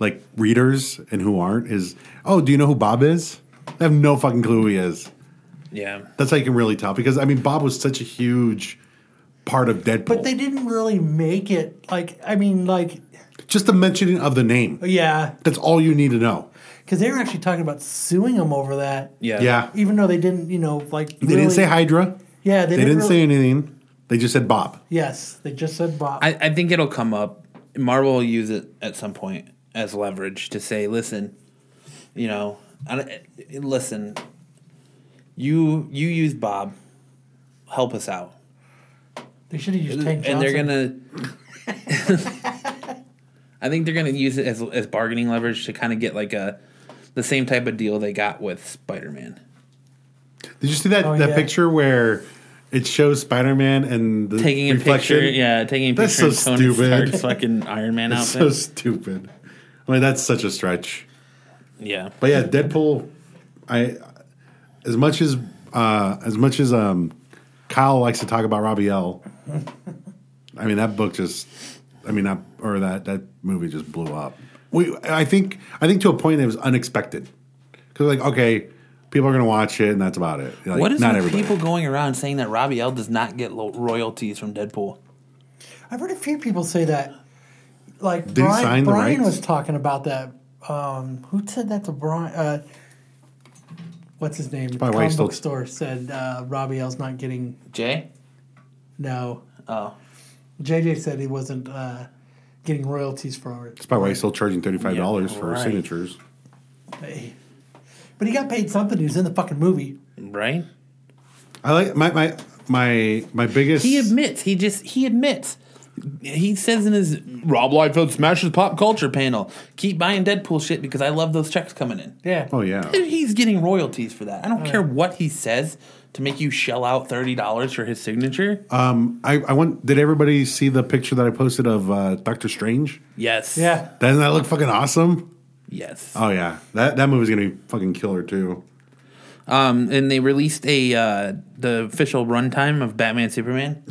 S4: like readers and who aren't is oh, do you know who Bob is? I have no fucking clue who he is.
S2: yeah,
S4: That's how you can really tell because I mean Bob was such a huge part of Deadpool.
S3: But they didn't really make it. Like I mean, like
S4: just the mentioning of the name.
S3: yeah,
S4: That's all you need to know.
S3: because they were actually talking about suing them over that.
S2: yeah,
S4: Yeah.
S3: Even though they didn't, you know, like
S4: They didn't say Hydra.
S3: Yeah, they,
S4: They didn't
S3: really-
S4: say anything. They just said Bob.
S3: Yes, they just said Bob.
S2: I, I think it'll come up. Marvel will use it at some point as leverage to say, listen, you know, I, don't- eh, eh, listen, you you use Bob, help us out,
S3: they should have used Tank
S2: and
S3: Johnson.
S2: they're gonna. <laughs> I think they're gonna use it as as bargaining leverage to kind of get like a the same type of deal they got with Spider Man.
S4: Did you see that,
S3: Oh,
S4: that
S3: yeah.
S4: picture where it shows Spider Man and the
S2: Taking a
S4: reflection?
S2: picture, yeah, taking a
S4: That's
S2: picture
S4: so
S2: of Tony
S4: stupid.
S2: Stark's fucking Iron Man
S4: <laughs> It's so
S2: outfit.
S4: stupid. I mean, that's such a stretch.
S2: yeah,
S4: But yeah, Deadpool. I as much as uh, as much as um, Kyle likes to talk about Robbie L. I mean, that book just. I mean, that or that that movie just blew up. We, I think, I think to a point it was unexpected because like, okay, people are gonna watch it and that's about it. Like,
S2: what is
S4: not
S2: with
S4: everybody?
S2: people going around saying that Robbie L does not get lo- royalties from Deadpool?
S3: I've heard a few people say that. Like
S4: he
S3: Brian,
S4: sign the
S3: Brian
S4: rights?
S3: was talking about that. Um, who said that to Brian? Uh, what's his name?
S4: probably why he's
S3: Comic book
S4: still-
S3: store said uh, Robbie L's not getting
S2: Jay,
S3: no.
S2: oh,
S3: JJ said he wasn't uh, getting royalties for it,
S4: That's probably why he's still charging thirty five dollars
S2: Yeah,
S4: for
S2: right.
S4: signatures.
S3: Hey. but he got paid something. He was in the fucking movie.
S2: right?
S4: I like my my my my biggest.
S2: He admits. He just he admits. He says in his Rob Liefeld smashes pop culture panel, "Keep buying Deadpool shit because I love those checks coming in."
S3: Yeah.
S4: oh yeah,
S2: Dude, he's getting royalties for that. I don't care what he says to make you shell out thirty dollars for his signature.
S4: um, I I want. Did everybody see the picture that I posted of uh, Doctor Strange?
S2: yes.
S3: Yeah.
S4: Doesn't that look fucking awesome?
S2: Yes.
S4: Oh yeah, that that movie's gonna be fucking killer too.
S2: Um, and they released a uh, the official runtime of Batman Superman,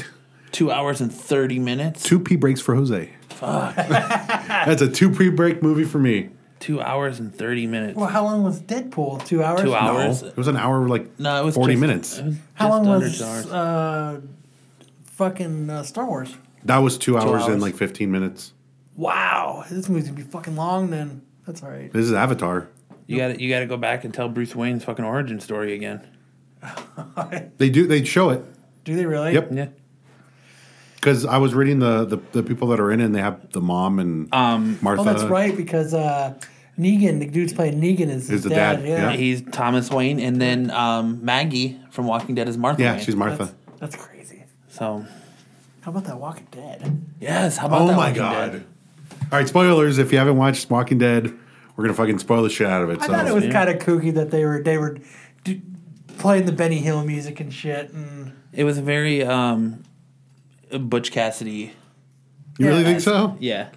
S2: two hours and thirty minutes.
S4: Two pee breaks for Jose. <laughs>
S2: <laughs>
S4: That's a two pee break movie for me.
S2: Two hours and thirty minutes.
S3: Well, how long was Deadpool? Two hours.
S2: Two
S4: No,
S2: hours.
S4: it was an hour like
S2: No, it was
S4: forty
S2: just-
S4: minutes.
S2: it was
S3: How
S2: just
S3: long
S2: under
S3: was
S2: two hours.
S3: uh, fucking uh, Star Wars?
S4: That was two hours,
S2: hours.
S4: and like fifteen minutes.
S3: Wow, this movie's gonna be fucking long. Then that's all right.
S4: This is Avatar.
S2: You got to You got to go back and tell Bruce Wayne's fucking origin story again.
S4: They do they show it
S3: Do they really?
S4: Yep.
S2: Yeah.
S4: because I was reading the, the the people that are in it. and They have the mom and um, Martha.
S3: Oh, that's right because uh, Negan, the dude's playing Negan, is his
S4: Is the
S3: dad.
S4: dad,
S3: Yeah.
S4: yeah.
S2: He's Thomas Wayne, and then um, Maggie from Walking Dead is Martha.
S4: Yeah,
S2: Wayne.
S4: she's Martha.
S3: That's crazy.
S2: So
S3: How about that Walking Dead?
S2: yes. How about
S4: Oh
S2: that
S4: my
S2: Walking
S4: god!
S2: Dead?
S4: All right, spoilers. If you haven't watched Walking Dead, we're gonna fucking spoil the shit out of it.
S3: I
S4: so
S3: thought it was kind of kooky that they were they were d- playing the Benny Hill music and shit. And
S2: It was very um, Butch Cassidy.
S4: you really
S3: yeah.
S4: think so?
S2: Yeah.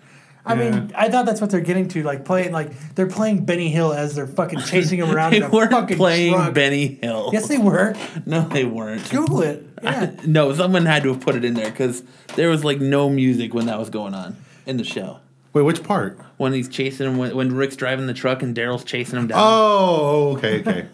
S3: I mean, I thought that's what they're getting to, like playing like they're playing Benny Hill as they're fucking chasing
S2: <laughs>
S3: him around.
S2: They
S3: in a
S2: weren't
S3: fucking
S2: playing
S3: truck.
S2: Benny Hill.
S3: Yes, they were.
S2: No, they weren't.
S3: Google it. <laughs> Yeah.
S2: <laughs> No, someone had to have put it in there because there was like no music when that was going on in the show.
S4: Wait, which part?
S2: When he's chasing him, when, when Rick's driving the truck and Daryl's chasing him down.
S4: Oh, okay, okay.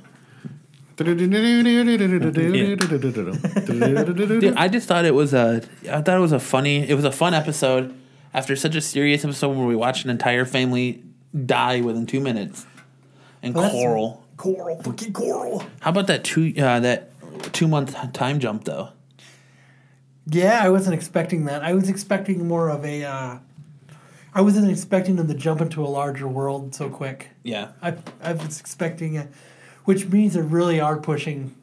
S2: Dude, I just thought it was a, I thought it was a funny, it was a fun episode. After such a serious episode where we watched an entire family die within two minutes, and
S3: Well, that's-
S2: Coral.
S3: Coral, fucking coral.
S2: How about that two uh, that two month time jump though?
S3: Yeah, I wasn't expecting that. I was expecting more of a. Uh, I wasn't expecting them to jump into a larger world so quick.
S2: Yeah,
S3: I, I was expecting it, which means they really are pushing.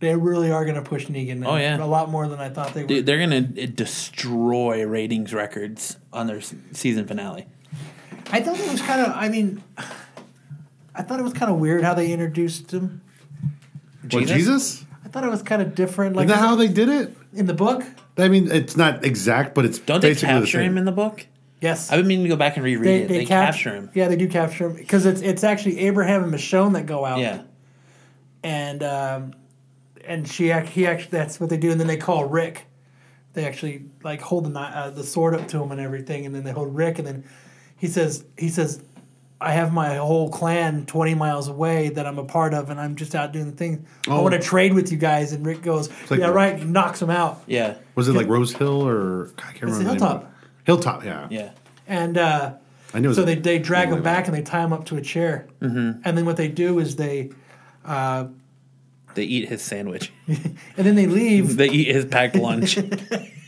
S3: They really are going to push Negan.
S2: Oh, yeah.
S3: a lot more than I thought they would.
S2: Dude, they're gonna uh, destroy ratings records on their s- season finale.
S3: I thought it was kind of. I mean, I thought it was kind of weird how they introduced him.
S4: Well, Jesus?
S3: I thought it was kind of different. Like
S4: Isn't that how they did it?
S3: in the book.
S4: I mean, it's not exact, but it's
S2: Don't they
S4: basically
S2: capture
S4: the same.
S2: him in the book?
S3: Yes,
S2: I've been meaning to go back and reread it. They,
S3: cap-
S2: capture him.
S3: Yeah, they do capture him because it's it's actually Abraham and Michonne that go out.
S2: Yeah.
S3: and um, and she act, he actually that's what they do, and then they call Rick. They actually like hold the kni- uh, the sword up to him and everything, and then they hold Rick, and then he says he says, "I have my whole clan twenty miles away that I'm a part of, and I'm just out doing the thing. I
S4: Oh.
S3: want to trade with you guys." And Rick goes,
S4: like-
S3: "Yeah, right." and knocks him out,
S2: Yeah.
S4: Was it like Rose Hill or God, I can't
S3: It's
S4: remember. the name of
S3: Hilltop.
S4: it. Hilltop, yeah.
S2: Yeah.
S3: and uh,
S4: I knew. it was
S3: so
S4: a-
S3: they they drag
S4: Yeah.
S3: him back and they tie him up to a chair, mm-hmm. and then what they do is they. Uh,
S2: They eat his sandwich.
S3: and then they
S2: <laughs>
S3: leave
S2: they eat his packed lunch.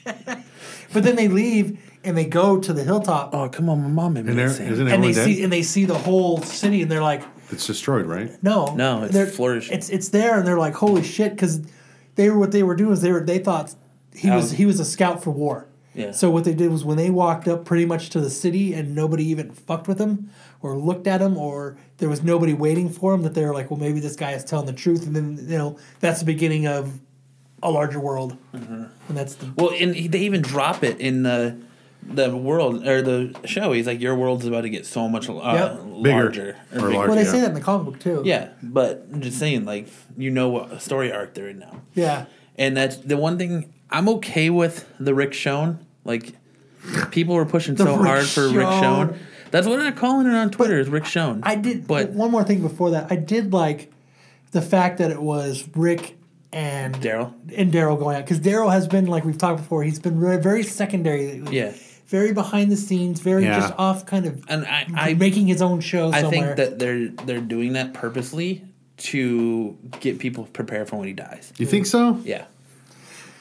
S3: But then they leave and they go to the hilltop
S2: <laughs> oh come on, my mom made me
S4: And there,
S2: that
S4: isn't
S2: sandwich.
S4: everyone
S3: and they
S4: dead?
S3: see and they see the whole city and they're like,
S4: it's destroyed, right?
S3: no,
S2: No, it's
S3: they're-
S2: flourishing.
S3: It's it's there and they're like, holy shit, because they were what they were doing is they were they thought he was
S2: Out.
S3: he was a scout for war.
S2: Yeah.
S3: So what they did was when they walked up pretty much to the city and nobody even fucked with him or looked at him or there was nobody waiting for him that they were like, well maybe this guy is telling the truth and then you know that's the beginning of a larger world
S2: Mm-hmm.
S3: and that's the
S2: Well, and he- they even drop it in the the world or the show. He's like, your world's about to get so much uh,
S3: Yep.
S4: Bigger.
S2: larger
S4: Or
S2: bigger.
S4: larger.
S3: well they
S4: Yeah.
S3: say that in the comic book too
S2: Yeah, but I'm just saying, like, you know what story arc they're in now.
S3: yeah
S2: And that's the one thing I'm okay with the Rick Shone. Like people were pushing
S3: The
S2: so
S3: Rick
S2: hard for Rick
S3: Shone.
S2: Shone. That's what I'm calling it on Twitter is Rick Shone.
S3: I did.
S2: but
S3: one more thing before that, I did like the fact that it was Rick and
S2: Daryl.
S3: and Daryl going out because Daryl has been like we've talked before. He's been re- very secondary.
S2: Yeah.
S3: Very behind the scenes, very
S4: Yeah.
S3: just off, kind of,
S2: And I- I-
S3: making his own show.
S2: I think
S3: somewhere.
S2: that they're they're doing that purposely to get people prepared for when he dies.
S4: You think so?
S2: Yeah.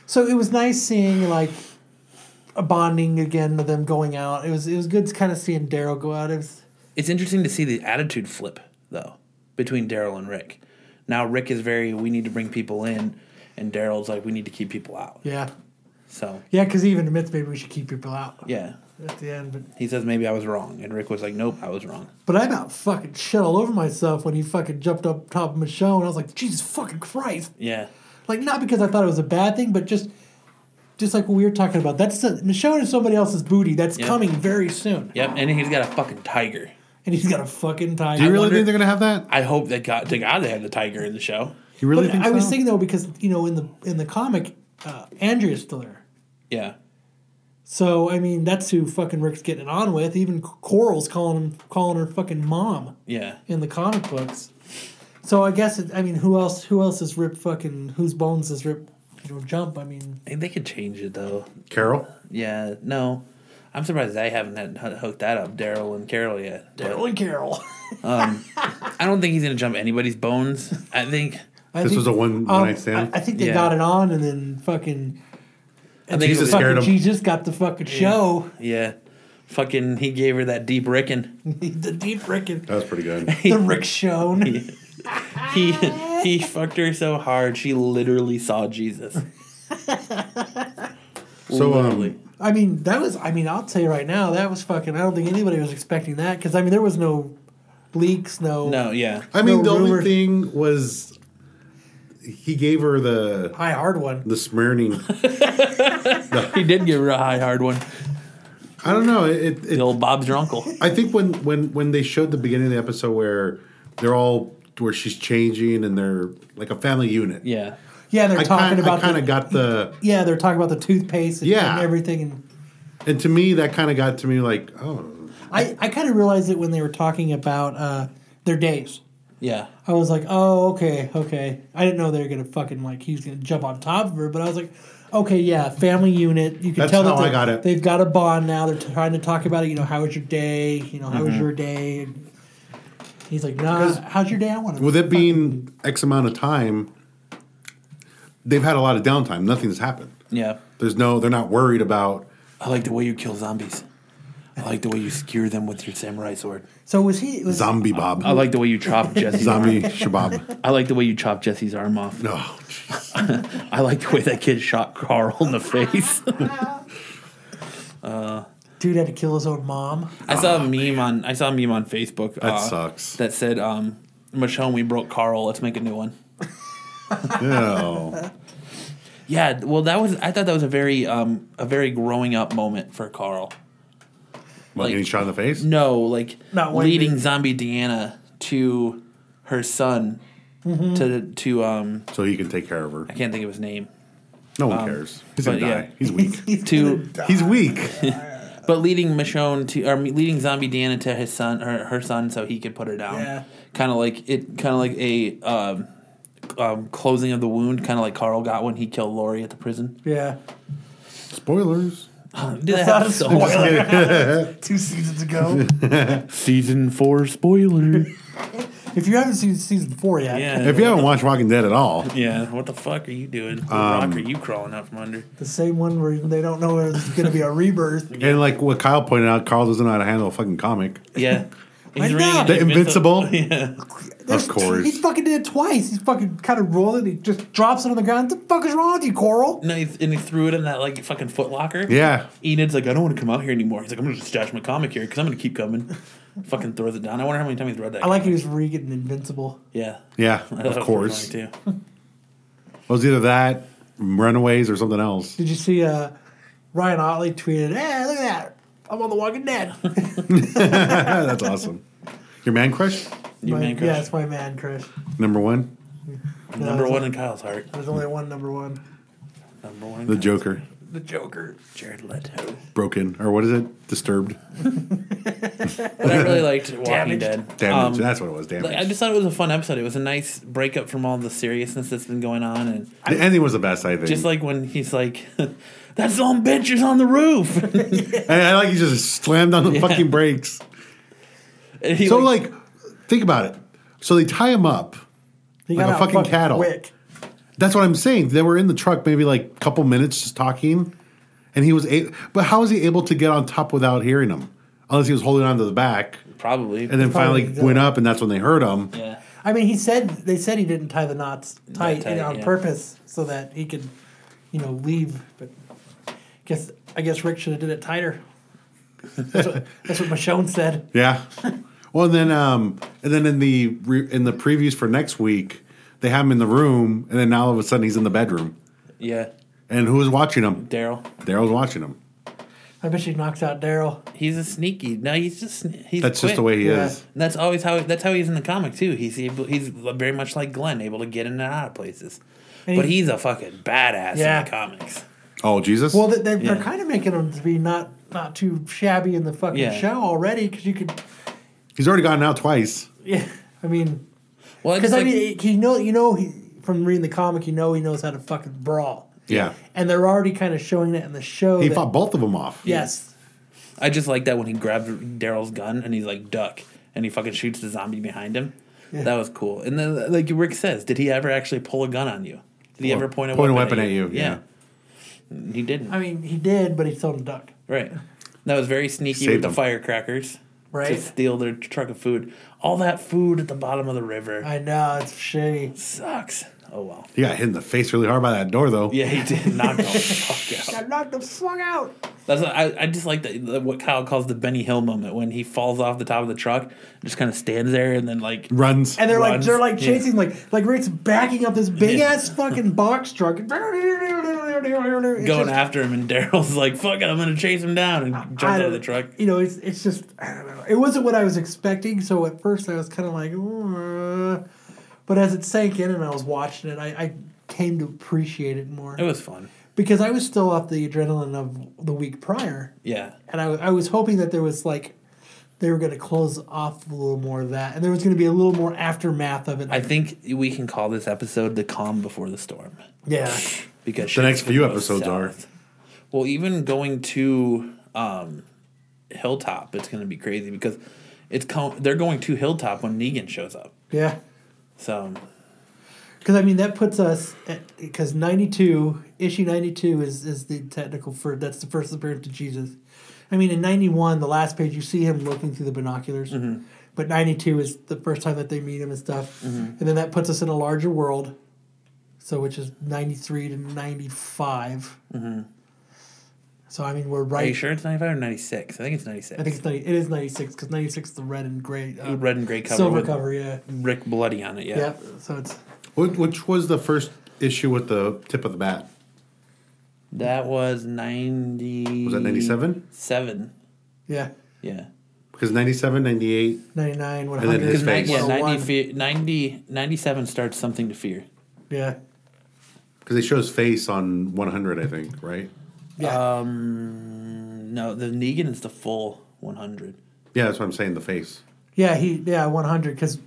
S3: so. It was nice seeing like a bonding again of them going out. It was it was good kind of seeing Daryl go out. It was
S2: It's interesting to see the attitude flip though between Daryl and Rick. Now Rick is very we need to bring people in And Daryl's like, we need to keep people out.
S3: Yeah.
S2: So
S3: Yeah, because even admits maybe we should keep people out
S2: yeah,
S3: at the end. But,
S2: he says maybe I was wrong, and Rick was like, nope, I was wrong.
S3: but I about fucking shit all over myself when he fucking jumped up top of Michonne. And I was like, Jesus fucking Christ.
S2: Yeah,
S3: Like, not because I thought it was a bad thing, but just just like what we were talking about. That's a, Michonne is somebody else's booty. That's
S2: Yeah.
S3: coming very soon.
S2: yep. And he's got a fucking tiger.
S3: And he's got a fucking tiger.
S4: Do you
S3: I
S4: really
S3: wonder-
S4: think they're gonna have that?
S2: I hope that God to God they had the tiger in the show.
S4: You really
S3: But
S4: think
S3: I was
S4: so?
S3: thinking though because you know in the in the comic, uh, Andrea's still there.
S2: Yeah,
S3: So I mean that's who fucking Rick's getting it on with. Even Coral's calling him calling her fucking mom
S2: yeah,
S3: in the comic books. So I guess it, I mean who else who else is Rip fucking whose bones is Rip you know jump? I mean
S2: I think they could change it though.
S4: Carol?
S2: Yeah, no, I'm surprised they haven't had, had hooked that up, Daryl and Carol yet. but
S3: Daryl and Carol.
S2: I don't think he's gonna jump anybody's bones. I think <laughs>
S3: I
S4: This
S3: think-
S4: was a one
S3: um,
S4: night stand.
S3: I, I think they
S2: Yeah.
S3: got it on and then fucking.
S2: I think
S4: Jesus
S2: it was-
S4: scared
S3: fucking
S4: him.
S3: Jesus got the fucking show. <laughs>
S2: yeah, fucking he gave her that deep rickin'.
S3: the deep Rick and
S4: that was
S3: <laughs>
S4: pretty
S2: <laughs>
S4: good.
S3: the Rick shown.
S2: He he fucked her so hard she literally saw Jesus.
S4: So
S2: Literally.
S4: um,
S3: I mean, that was. I mean, I'll tell you right now, that was fucking. I don't think anybody was expecting that because I mean, there was no leaks, no,
S2: No, yeah.
S4: I mean,
S3: No
S4: the
S3: rumor.
S4: only thing was he gave her the
S3: high hard one.
S4: the smearning.
S2: He did give her a high hard one.
S4: I don't know. It, it,
S2: The old Bob's your uncle.
S4: I think when when when they showed the beginning of the episode where they're all where she's changing and they're like a family unit.
S2: Yeah.
S3: Yeah, they're
S4: I
S3: talking
S4: kind I
S3: about.
S4: kind
S3: The,
S4: of got the
S3: yeah, they're talking about the toothpaste and,
S4: Yeah.
S3: and everything. And
S4: and to me that kind of got to me like oh
S3: I, I kind of realized it when they were talking about uh, their days.
S2: Yeah.
S3: I was like, oh, okay, okay. I didn't know they were gonna fucking like he was gonna jump on top of her, but I was like, okay, yeah, family unit. You can
S4: That's
S3: tell that
S4: how I
S3: they-
S4: got it.
S3: they've got a bond now. They're trying to talk about it. You know, how was your day? You know, how was
S4: Mm-hmm.
S3: your day? And he's like, nah, how's your day? I want to.
S4: with it being X amount of time they've had a lot of downtime nothing's happened.
S2: Yeah.
S4: There's no they're not worried about
S2: I like the way you kill zombies. I like the way you skewer them with your samurai sword.
S3: So was he? Was,
S4: zombie Bob
S2: I like the way you
S4: <laughs>
S2: chop Jesse's arm.
S4: zombie Shabab.
S2: I like the way you chop Jesse's arm off.
S4: No, jeez.
S2: I like the way that kid shot Carl in the face.
S3: dude had to kill his own mom.
S2: I saw a meme on I saw a meme on Facebook uh,
S4: That sucks.
S2: that said um Michonne we broke Carl, let's make a new one.
S4: no.
S2: Yeah, well that was I thought that was a very um a very growing up moment for Carl.
S4: Well, getting shot in the face.
S2: No, like
S3: Not one
S2: leading
S3: big-
S2: zombie Deanna to her son
S3: Mm-hmm.
S2: to to um
S4: So he can take care of her.
S2: I can't think of his name.
S4: No one cares. He's
S2: Um, but
S4: gonna die.
S2: yeah.
S4: He's weak.
S3: <laughs> He's
S2: To
S3: gonna die.
S4: He's weak.
S2: <laughs> but leading Michonne to or leading zombie Deanna to his son her her son so he could put her down.
S3: Yeah.
S2: Kind of like it kind of like a um, um closing of the wound kind of like Carl got when he killed Lori at the prison.
S3: Yeah,
S4: Spoilers.
S2: Dude, that happened so much.
S4: <laughs>
S3: two seasons ago.
S2: Season four spoiler.
S3: if you haven't seen season four
S2: <laughs>
S3: yet,
S2: yeah.
S4: If you haven't watched Walking Dead at all,
S2: Yeah. What the fuck are you doing? What rock are you crawling out from under?
S3: the same one where they don't know whether it's gonna be a rebirth.
S4: and like what Kyle pointed out, Carl doesn't know how to handle a fucking comic.
S3: <laughs>
S2: Yeah.
S3: I
S2: He's
S3: know.
S2: reading
S4: The
S2: <laughs>
S4: Invincible.
S3: There's-
S4: course.
S3: He fucking did it twice. He's fucking kind of rolling. He just drops it on the ground. What the fuck is wrong with you, Coral?
S2: No, he, and he threw it in that like fucking footlocker.
S4: Yeah.
S2: Enid's like, I don't want to come out here anymore. He's like, I'm gonna just stash my comic here because I'm gonna keep coming. <laughs> fucking throws it down. I wonder how many times he's read that.
S3: I like he was Regan and Invincible.
S2: Yeah.
S4: Yeah,
S2: I thought that <laughs>
S4: of
S2: was
S4: course.
S2: pretty
S4: It
S2: funny,
S3: <laughs>
S2: too.
S4: was either that, Runaways, or something else.
S3: Did you see uh, Ryan Otley tweeted, eh, look at that. I'm on The Walking <laughs> Dead.
S4: Yeah, that's awesome. <laughs> Your man crush,
S2: Your
S3: My-
S2: man crush.
S3: Yeah, it's my man crush.
S4: number one,
S3: No,
S2: number
S3: there's-
S2: one in Kyle's heart.
S3: There's only one number one.
S2: Number one. in
S4: the
S2: Kyle's-
S4: Joker,
S2: The Joker. Jared
S3: <laughs>
S2: Leto.
S4: Broken, or what is it? Disturbed,
S2: But I really liked Walking
S3: Damaged.
S2: Dead. Um,
S4: Damage. that's what it was. Damage.
S2: Like, I just thought it was a fun episode. It was a nice breakup from all the seriousness that's been going on, and
S4: the ending was the best. I think.
S2: just like when he's like, <laughs> "That son bitch is on the roof," <laughs>
S4: and I like he just slammed on the fucking brakes.
S2: And <laughs> he,
S4: So like, think about it. So they tie him up.
S3: He
S4: Like a
S3: out
S4: fucking cattle.
S3: Quick.
S4: That's what I'm saying. They were in the truck maybe like a couple minutes just talking, and he was. A- but how was he able to get on top without hearing him? Unless he was holding on to the back,
S2: probably,
S4: and then
S3: Probably
S4: finally
S3: did.
S4: went up, and that's when they heard him.
S2: yeah,
S3: I mean, he said they said he didn't tie the knots tight,
S2: tight,
S3: on
S2: yeah.
S3: purpose so that he could, you know, leave. But guess I guess Rick should have did it tighter. That's what, that's what Michonne said.
S4: Yeah. Well, and then um, and then in the re- in the previews for next week, they have him in the room, and then now all of a sudden he's in the bedroom,
S2: Yeah,
S4: and who's watching him?
S2: Daryl.
S4: Daryl's watching him.
S3: I bet she knocks out Daryl.
S2: He's a sneaky. No, he's just he's.
S4: That's just
S2: quick.
S4: the way he
S3: Yeah.
S4: is.
S2: And that's always how that's how he's in the comic too. He's able, he's very much like Glenn, able to get in and out of places.
S3: And
S2: but
S3: he-
S2: he's a fucking badass
S3: Yeah.
S2: in the comics.
S4: Oh, Jesus.
S3: Well, they, they're,
S2: Yeah.
S3: they're kind of making him to be not not too shabby in the fucking
S2: Yeah.
S3: show already because you could.
S4: he's already gotten out twice.
S3: Yeah, I mean,
S2: Well,
S3: because
S2: because
S3: I mean, he know you know he from reading the comic, you know he knows how to fucking brawl.
S4: Yeah.
S3: and they're already kind of showing that in the show.
S4: He
S3: that-
S4: fought both of them off.
S3: Yes.
S2: I just like that when he grabs Daryl's gun and he's like duck, and he fucking shoots the zombie behind him. That was cool. And then, like Rick says, did he ever actually pull a gun on you? Did he
S4: Or
S2: ever point a
S4: point a
S2: weapon,
S4: weapon at you,
S2: yeah, he didn't.
S3: I mean, he did, but he told him duck.
S2: Right. That was very sneaky
S4: Saved
S2: with
S4: them.
S2: the firecrackers.
S3: Right.
S2: To steal their truck of food. All that food at the bottom of the river.
S3: I know it's shitty.
S2: Sucks. Oh well.
S4: He got hit in the face really hard by that door, though.
S2: Yeah, he did <laughs> knock the fuck out.
S3: I knocked the fuck out.
S2: That's what I, I just like the, the, what Kyle calls the Benny Hill moment when he falls off the top of the truck, just kind of stands there and then like
S3: <laughs>
S4: Runs.
S3: And they're like
S2: Runs.
S3: they're like
S2: Yeah.
S3: chasing like like Rick's backing up this big
S2: Yeah.
S3: ass fucking
S2: <laughs>
S3: box truck.
S2: going
S3: Going
S2: after him, and Daryl's like, "Fuck it, I'm gonna chase him down," and jumps out of the truck.
S3: You know, it's it's just I don't know. It wasn't what I was expecting, so at first I was kind of like, "Uh," but as it sank in and I was watching it, I, I came to appreciate it more
S2: It was fun.
S3: because I was still off the adrenaline of the week prior.
S2: Yeah.
S3: and I, I was hoping that there was like they were going to close off a little more of that and there was going to be a little more aftermath of it
S2: I think we can call this episode the calm before the storm.
S3: yeah
S2: because
S4: The
S2: shit's
S4: next
S2: gonna
S4: few
S2: go
S4: episodes are.
S2: Well, even going to um, Hilltop, it's going to be crazy because it's com- they're going to Hilltop when Negan shows up.
S3: yeah
S2: So
S3: because i mean that puts us because 92 issue 92 is is the technical for that's the first appearance of jesus i mean in 91 the last page you see him looking through the binoculars
S2: Mm-hmm.
S3: but 92 is the first time that they meet him and stuff
S2: Mm-hmm.
S3: and then that puts us in a larger world so which is 93 to 95 so i mean we're
S2: Mm-hmm. are
S3: right
S2: you sure it's ninety five or ninety six? I think it's ninety six.
S3: I think it's 90, it is 96 because 96 is the red and gray. uh,
S2: red and gray cover
S3: Silver
S2: with
S3: cover, yeah.
S2: Rick Bloody on it. Yeah.
S3: Yep. So it's.
S4: Wh- Which was the first issue with the tip of the bat?
S2: that was ninety.
S4: Was that 97?
S2: Seven.
S3: Yeah.
S2: Yeah.
S4: Because 97, 98,
S3: 99,
S4: then
S3: 100.
S4: his
S2: Because
S4: face.
S2: yeah, 90,
S3: 101.
S2: fe- 90, 97 starts something to fear.
S3: Yeah.
S4: because they show his face on 100, I think, right?
S3: Yeah.
S2: Um, no, the Negan is the full one hundred.
S4: Yeah, that's what I'm saying, the face.
S3: yeah, he. Yeah, 100 because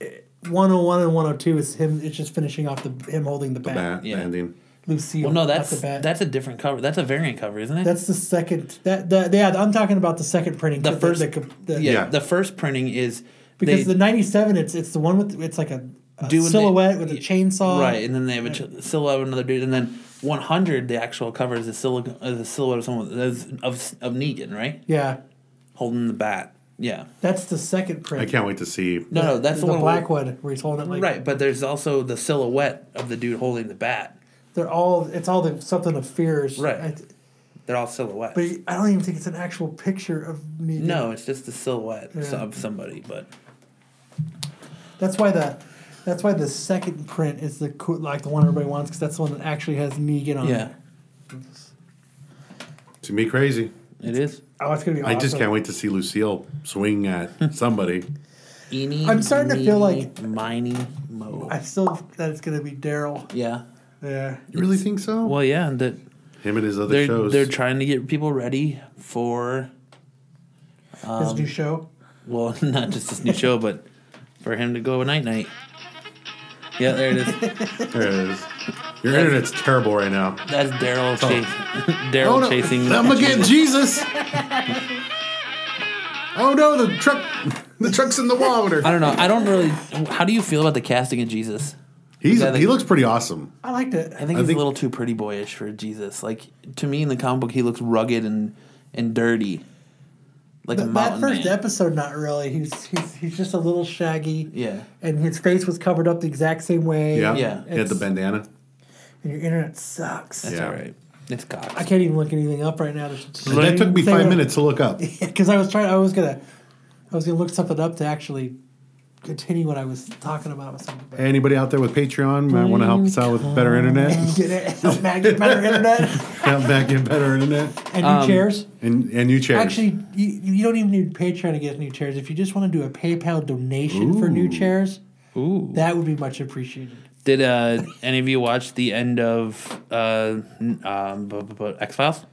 S3: eh, 101 and 102 is him. It's just finishing off the him holding the,
S4: The
S3: bat.
S4: bat,
S2: Yeah.
S4: the ending.
S3: Lucille.
S2: Well, no,
S3: not
S2: that's
S3: the bat.
S2: that's a different cover. That's a variant cover, isn't it?
S3: That's the second. That, that Yeah, I'm talking about the second printing.
S2: The first-
S3: The, the,
S2: yeah,
S4: Yeah.
S2: The first printing is
S3: Because
S2: they-
S3: the 97, it's it's the one with. It's like a, a
S2: Doing the-
S3: silhouette with a chainsaw.
S2: right, and then they have a ch- silhouette of another dude, and then one hundred the actual cover is a silhouette, is a silhouette of someone is of of Negan, right,
S3: Yeah.
S2: holding the bat. Yeah,
S3: That's the second print.
S4: I can't wait to see.
S2: no, no, that's the, one where-
S3: Blackwood where he's holding it like
S2: right, but there's also the silhouette of the dude holding the bat.
S3: They're all it's all the something of fears.
S2: Right.
S3: I,
S2: They're all silhouettes.
S3: but I don't even think it's an actual picture of me.
S2: no, it's just the silhouette
S3: Yeah.
S2: of somebody. But
S3: That's why the that's why the second print is the cool, like the one everybody wants because that's the one that actually has Negan on.
S2: yeah,
S3: It.
S4: To me, crazy.
S2: it is.
S3: Oh, it's gonna be.
S4: I just
S3: awesome.
S4: can't wait to see Lucille swing at somebody.
S2: Eeny,
S3: I'm starting to feel
S2: meeny,
S3: like-
S2: miny mo.
S3: I still that it's gonna be Daryl.
S2: yeah.
S3: Yeah.
S4: You really think so?
S2: Well, yeah, and that
S4: Him and his other
S2: they're
S4: shows.
S2: they're trying to get people ready for Um,
S3: His new show.
S2: well, <laughs> not just this new show, but for him to go night night. Yeah, there it is.
S4: there it is. Your internet's terrible right now.
S2: That's Daryl chasing
S4: Oh,
S2: <laughs> Daryl
S4: no.
S2: chasing.
S4: I'm
S2: <laughs>
S4: gonna get Jesus. oh no, the truck, the truck's in the water.
S2: I don't know. I don't really. How do you feel about the casting of Jesus?
S4: He's
S2: Yeah, they-
S4: he looks pretty awesome.
S3: I liked it.
S2: I think
S4: I
S2: he's
S4: think-
S2: a little too pretty boyish for Jesus. Like to me in the comic book, he looks rugged and and dirty. like a
S3: But that
S2: mountain
S3: first
S2: man.
S3: episode, not really. He's, he's he's just a little shaggy.
S2: Yeah.
S3: And his face was covered up the exact same way.
S4: Yeah.
S2: Yeah.
S4: He had the
S3: It's-
S4: bandana.
S3: And your internet sucks.
S2: That's
S4: Yeah.
S2: all right. It's cocked.
S3: I can't even look anything up right now.
S4: And that took me
S3: Thing
S4: five
S3: of- <laughs>
S4: minutes to look up.
S3: Because I was trying. I was gonna. I was gonna look something up to actually continue what I was talking about with something. But
S4: Anybody out there with Patreon might want to help us out with better internet?
S3: get it? Help Matt get better internet
S4: <laughs> Help back get better internet
S3: and new chairs.
S4: and and new chairs.
S3: Actually, you, you don't even need Patreon to get new chairs. If you just want to do a PayPal donation for new chairs,
S2: Ooh.
S3: that would be much appreciated.
S2: Did uh, any of you watch the end of uh, n- um, bu- bu- bu- X Files?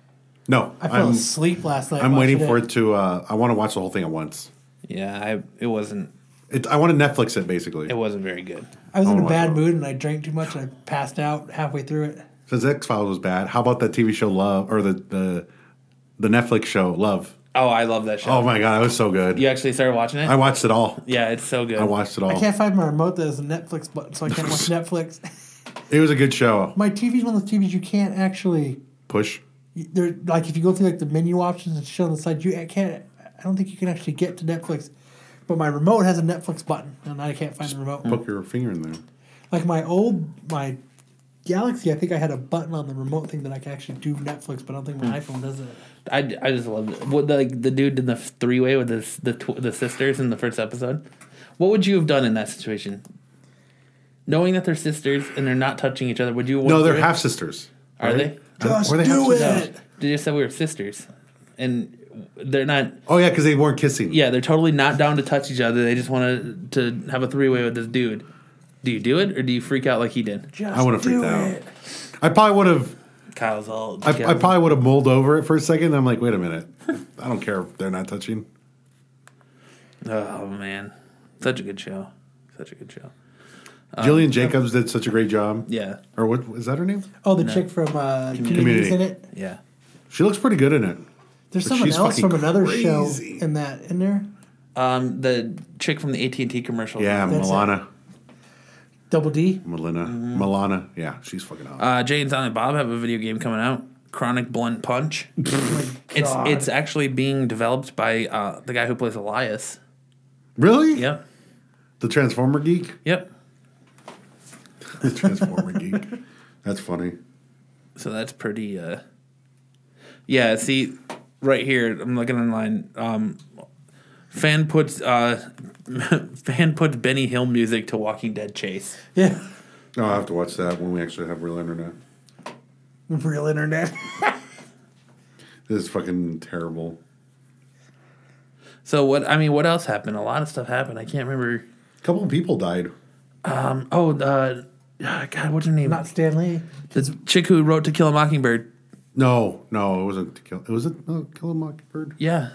S4: no,
S3: I fell
S4: I'm
S3: asleep last night.
S4: I'm waiting
S3: watching
S4: for it to. Uh, I want to watch the whole thing at once.
S2: Yeah, I it wasn't
S4: It, I want to Netflix it basically
S2: it wasn't very good.
S3: I was in
S4: wanna
S3: a
S4: watch
S3: bad
S4: it.
S3: mood and I drank too much and I passed out halfway through it.
S4: because X Files was bad. How about that TV show Love or the the the Netflix show Love?
S2: Oh, I love that show.
S4: Oh my god, it was so good.
S2: You actually started watching it?
S4: I watched it all.
S2: yeah, it's so good.
S4: I watched it all.
S3: I can't find my remote that has a Netflix button, so I can't
S4: <laughs>
S3: watch Netflix.
S4: It was a good show.
S3: My TV's one of those TVs you can't actually.
S4: Push.
S3: There, like if you go through like the menu options and shit on the side, you I can't. I don't think you can actually get to Netflix. But my remote has a Netflix button, and I can't find the remote.
S2: Mm.
S4: Poke your finger in there.
S3: Like my old my Galaxy, I think I had a button on the remote thing that I could actually do Netflix, but I don't think
S4: Hmm.
S3: my iPhone does it.
S2: I, I just love it. What the, like, the dude did the three way with this the tw- the sisters in the first episode. What would you have done in that situation? Knowing that they're sisters and they're not touching each other, would you?
S4: No, they're half sisters.
S2: Are they?
S3: Just do it.
S2: They just said we were sisters, and they're not.
S4: Oh yeah, because they weren't kissing.
S2: Yeah, they're totally not down to touch each other. They just want to to have a three way with this dude. Do you do it or do you freak out like he did?
S3: Just
S4: I would've
S3: do
S4: freaked out.
S3: it.
S4: I probably would have.
S2: Kyle's all.
S4: I, I probably would have mulled over it for a second. I'm like, wait a minute. I don't care if they're not touching.
S2: oh man, such a good show, such a good show.
S4: Jillian Jacobs did such a great job.
S2: Um, Yeah,
S4: Or what is that her name?
S3: Oh, the chick from uh, Community's
S4: Community.
S3: in it.
S2: yeah.
S4: She looks pretty good in it.
S3: There's
S4: But
S3: someone
S4: she's
S3: else
S4: fucking
S3: from another show
S4: crazy.
S3: in that in there.
S2: Um, the chick from the AT and T commercial.
S4: Yeah,
S3: That's it.
S4: Milana.
S3: Double D.
S4: Milana. Milana. Yeah, she's fucking awesome.
S2: Uh, Jay and Silent Bob have a video game coming out, Chronic Blunt Punch. it's
S3: God.
S2: it's actually being developed by uh, the guy who plays Elias.
S4: really?
S2: Yep,
S4: The Transformer geek.
S2: yep.
S4: <laughs> The Transformer geek. That's funny.
S2: So that's pretty. Uh, yeah, see, right here, I'm looking online. Um, fan puts uh, <laughs> fan puts Benny Hill music to Walking Dead chase.
S3: Yeah. <laughs>
S4: No, I have to watch that when we actually have real internet.
S3: Real internet. <laughs>
S4: This is fucking terrible.
S2: So what? I mean, what else happened? A lot of stuff happened. I can't remember.
S4: A couple of people died.
S2: Oh, uh, ah, God, what's her name?
S3: Not Stanley.
S2: the chick who wrote To Kill a Mockingbird.
S4: No, no, it wasn't to kill. It was it no, kill a mockingbird.
S2: Yeah,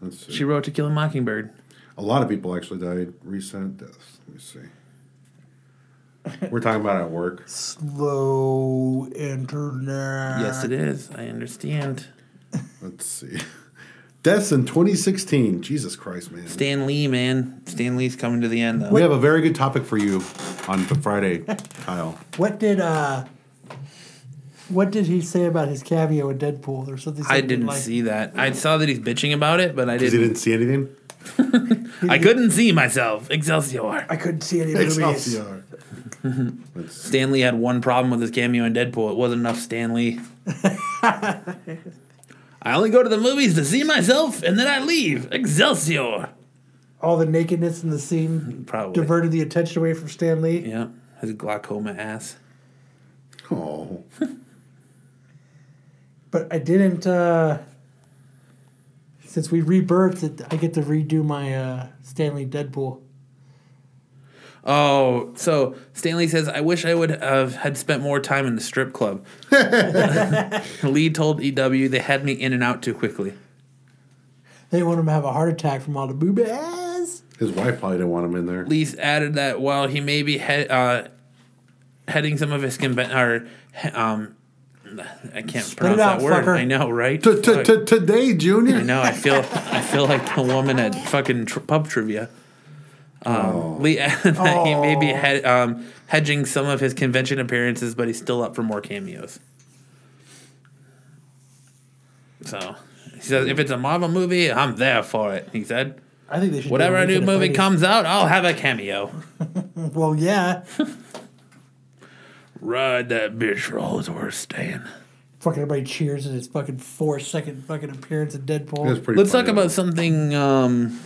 S4: Let's see.
S2: she wrote To Kill a Mockingbird.
S4: a lot of people actually died. Recent deaths. Let me see. We're talking about
S2: <laughs>
S4: at work.
S3: Slow internet.
S2: Yes, it is. I understand.
S4: Let's see. Deaths in 2016. Jesus Christ, man.
S2: Stan Lee, man. Stan Lee's coming to the end though.
S4: We have a very good topic for you on Friday, <laughs> Kyle.
S3: What did uh? What did he say about his cameo in Deadpool or something?
S2: I
S3: something
S2: didn't
S3: like-
S2: see that. I saw that he's bitching about it, but I
S4: Because he
S2: didn't.
S4: didn't see anything.
S2: I couldn't see myself. Excelsior.
S3: I couldn't see any movies.
S4: Excelsior. Let's see.
S2: Stanley had one problem with his cameo in Deadpool. It wasn't enough Stanley. I only go to the movies to see myself, and then I leave. Excelsior.
S3: All the nakedness in the scene
S2: Probably.
S3: diverted the attention away from Stan Lee.
S2: Mm-hmm. yeah, his glaucoma ass.
S4: Oh.
S3: But I didn't. uh Since we rebirthed, it, I get to redo my uh Stanley Deadpool.
S2: Oh, so Stanley says, I wish I would have had spent more time in the strip
S3: <laughs>
S2: club. Lee told EW they had me in and out too quickly.
S3: They want him to have a heart attack from all the boobies.
S4: His wife probably didn't want him in there.
S2: Lee added that while he may be he- uh, heading some of his conven- or he- um, I can't pronounce
S3: out,
S2: that word.
S3: fucker.
S2: I know, right?
S4: T- t-
S2: Fuck.
S4: t- Today,
S2: I
S4: Junior.
S2: know. I feel I feel like the woman at fucking tr- pub trivia. Um, Lee <laughs> added that he may be he- um, hedging some of his convention appearances, but he's still up for more cameos. So He says, if it's a Marvel movie, I'm there for it. He said,
S3: I think they should. do
S2: whatever a new
S3: weekend of
S2: movie
S3: Freddy's.
S2: comes out, I'll have a cameo.
S3: Well, yeah.
S2: Ride that bitch for all it's worth, Stan.
S3: fucking everybody cheers at his fucking four second fucking appearance in Deadpool.
S4: That's pretty
S2: Let's
S4: funny,
S2: talk
S4: though.
S2: about something um,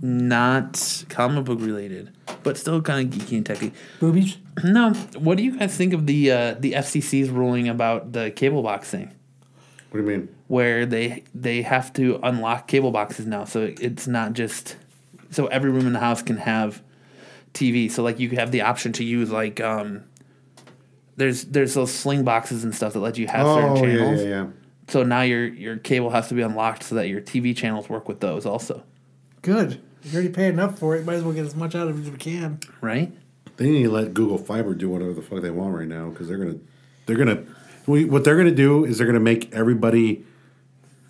S2: not comic book related, but still kind of geeky and techy.
S3: Boobies.
S2: No, what do you guys think of the uh, the FCC's ruling about the cable box thing,
S4: What do you mean?
S2: where they they have to unlock cable boxes now, so it's not just so every room in the house can have TV. So like you have the option to use like um, there's there's those sling boxes and stuff that let you have certain
S4: Oh yeah,
S2: channels.
S4: yeah, yeah.
S2: So now your your cable has to be unlocked so that your TV channels work with those also,
S3: Good. You already paid enough for it. Might as well get as much out of it as we can.
S2: right?
S4: They need to let Google Fiber do whatever the fuck they want right now because they're gonna, they're gonna, we, what they're gonna do is they're gonna make everybody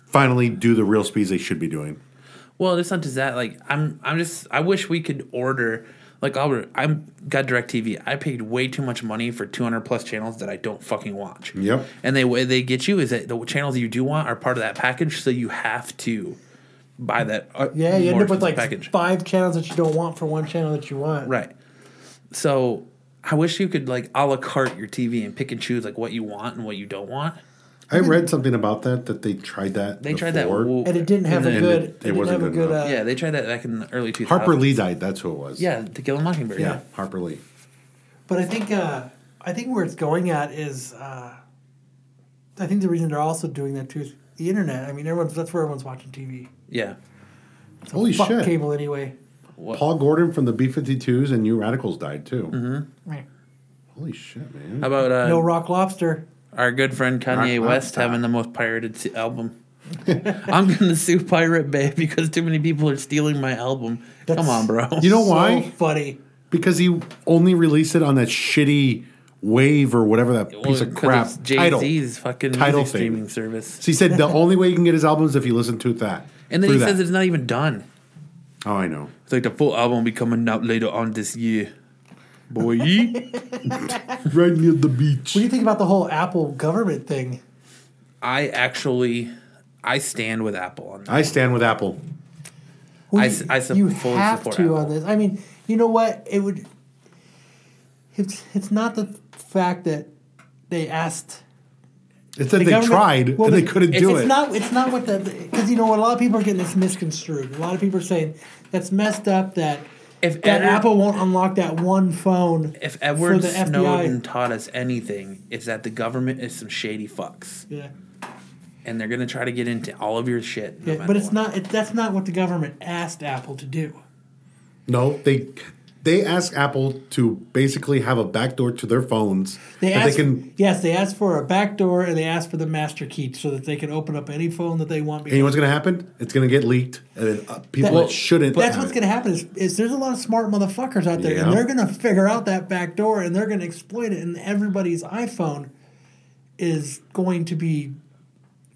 S4: finally do the real speeds they should be doing.
S2: Well, it's not just that. Like, I'm, I'm just, I wish we could order. Like, Albert, I'm got Directv. I paid way too much money for 200 plus channels that I don't fucking watch.
S4: Yep.
S2: And they way they get you is that the channels you do want are part of that package, so you have to buy that. uh,
S3: Yeah, you
S2: more
S3: end up with
S2: expensive
S3: like five channels that you don't want for one channel that you want.
S2: Right. So I wish you could like a la carte your TV and pick and choose like what you want and what you don't want.
S4: I read something about that that they tried that.
S2: They tried that.
S4: before.
S2: w-
S3: And it didn't have
S2: in
S3: a
S2: the-
S3: good.
S4: it-
S3: It,
S4: it
S3: didn't
S4: wasn't
S3: have a
S4: good
S3: good.
S4: enough.
S3: Uh,
S2: Yeah, they tried that back in the early 2000s.
S4: Harper Lee died. That's who it was.
S2: Yeah, To Kill a Mockingbird.
S4: yeah, Harper Lee.
S3: But I think uh, I think where it's going at is uh, I think the reason they're also doing that too is the internet. I mean, everyone's that's where everyone's watching TV.
S2: Yeah.
S4: Holy
S3: Fuck
S4: shit!
S3: cable anyway.
S4: Paul Gordon from the B 52s and New Radicals died too.
S3: Mm-hmm. Right.
S4: Holy shit, man!
S2: How about uh,
S3: No rock lobster.
S2: our good friend Kanye
S4: Rock, rock,
S2: West
S4: rock.
S2: having the most pirated s- album. <laughs> I'm gonna sue Pirate Bay <laughs> because too many people are stealing my album. Come
S3: That's-
S2: on, bro.
S4: <laughs> You know
S3: So
S4: why?
S3: funny.
S4: Because he only released it on that shitty wave or whatever that piece of crap
S2: Jay
S4: title.
S2: Z's fucking
S4: Title
S2: music
S4: thing.
S2: streaming service,
S4: So he said the only way you can get his albums if you listen to that.
S2: and then
S4: through
S2: he
S4: that.
S2: says it's not even done.
S4: "Oh, I know."
S2: It's like the full album will be coming out later on this year. Boy,
S4: <laughs>
S2: ye.
S4: right near the beach.
S3: What do you think about the whole Apple government thing?
S2: I actually, I stand with Apple on that.
S4: I stand with Apple.
S3: Well,
S2: I
S3: you-
S2: s- I sup-
S3: you
S2: fully
S3: have
S2: support
S3: to
S2: Apple.
S3: on this. I mean, you know what? It would. It's it's not the fact that they asked.
S4: It's that
S3: The
S4: they
S3: government-
S4: tried
S3: well,
S4: and they
S3: the-
S4: couldn't
S2: if
S4: do
S2: it's
S4: it.
S3: It's not it's not what the because you know what a lot of people are getting this misconstrued. A lot of people are saying that's messed up that
S2: If
S3: that
S2: Edward-
S3: Apple won't unlock that one phone.
S2: If
S3: for
S2: Edward
S3: the FBI.
S2: Snowden taught us anything, it's that the government is some shady fucks,
S3: yeah.
S2: and they're gonna try to get into all of your shit. no
S3: Yeah,
S2: matter
S3: but it's
S2: what.
S3: not. It, that's not what the government asked Apple to do.
S4: no, they they ask Apple to basically have a backdoor to their phones
S3: They
S4: that
S3: asked,
S4: they can.
S3: yes, they asked for a back door and they asked for the master key so that they can open up any phone that they want.
S4: And you know what's going to happen? It's going to get leaked, and then uh, people
S3: That-
S4: that shouldn't.
S3: That's what's going to happen. Is, is there's a lot of smart motherfuckers out there,
S4: Yeah.
S3: and they're going to figure out that back door, and they're going to exploit it. And everybody's iPhone is going to be.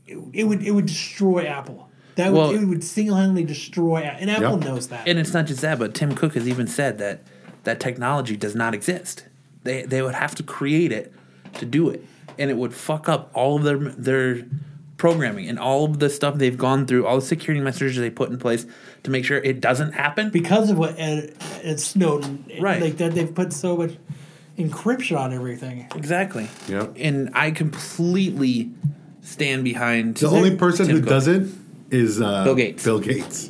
S3: It, it would it would destroy Apple. That would,
S2: Well-
S3: it would single handedly destroy, A- and Apple
S4: Yep.
S3: knows that.
S2: and it's not just that, but Tim Cook has even said that that technology does not exist. They they would have to create it to do it, and it would fuck up all of their their programming and all of the stuff they've gone through, all the security measures they put in place to make sure it doesn't happen.
S3: because of what Ed, Ed Snowden,
S2: Right.
S3: Like that, they've put so much encryption on everything.
S2: Exactly.
S4: Yep.
S2: And I completely stand behind
S4: the only person
S2: Tim
S4: who
S2: Cook.
S4: doesn't is uh,
S2: Bill Gates.
S4: Bill Gates.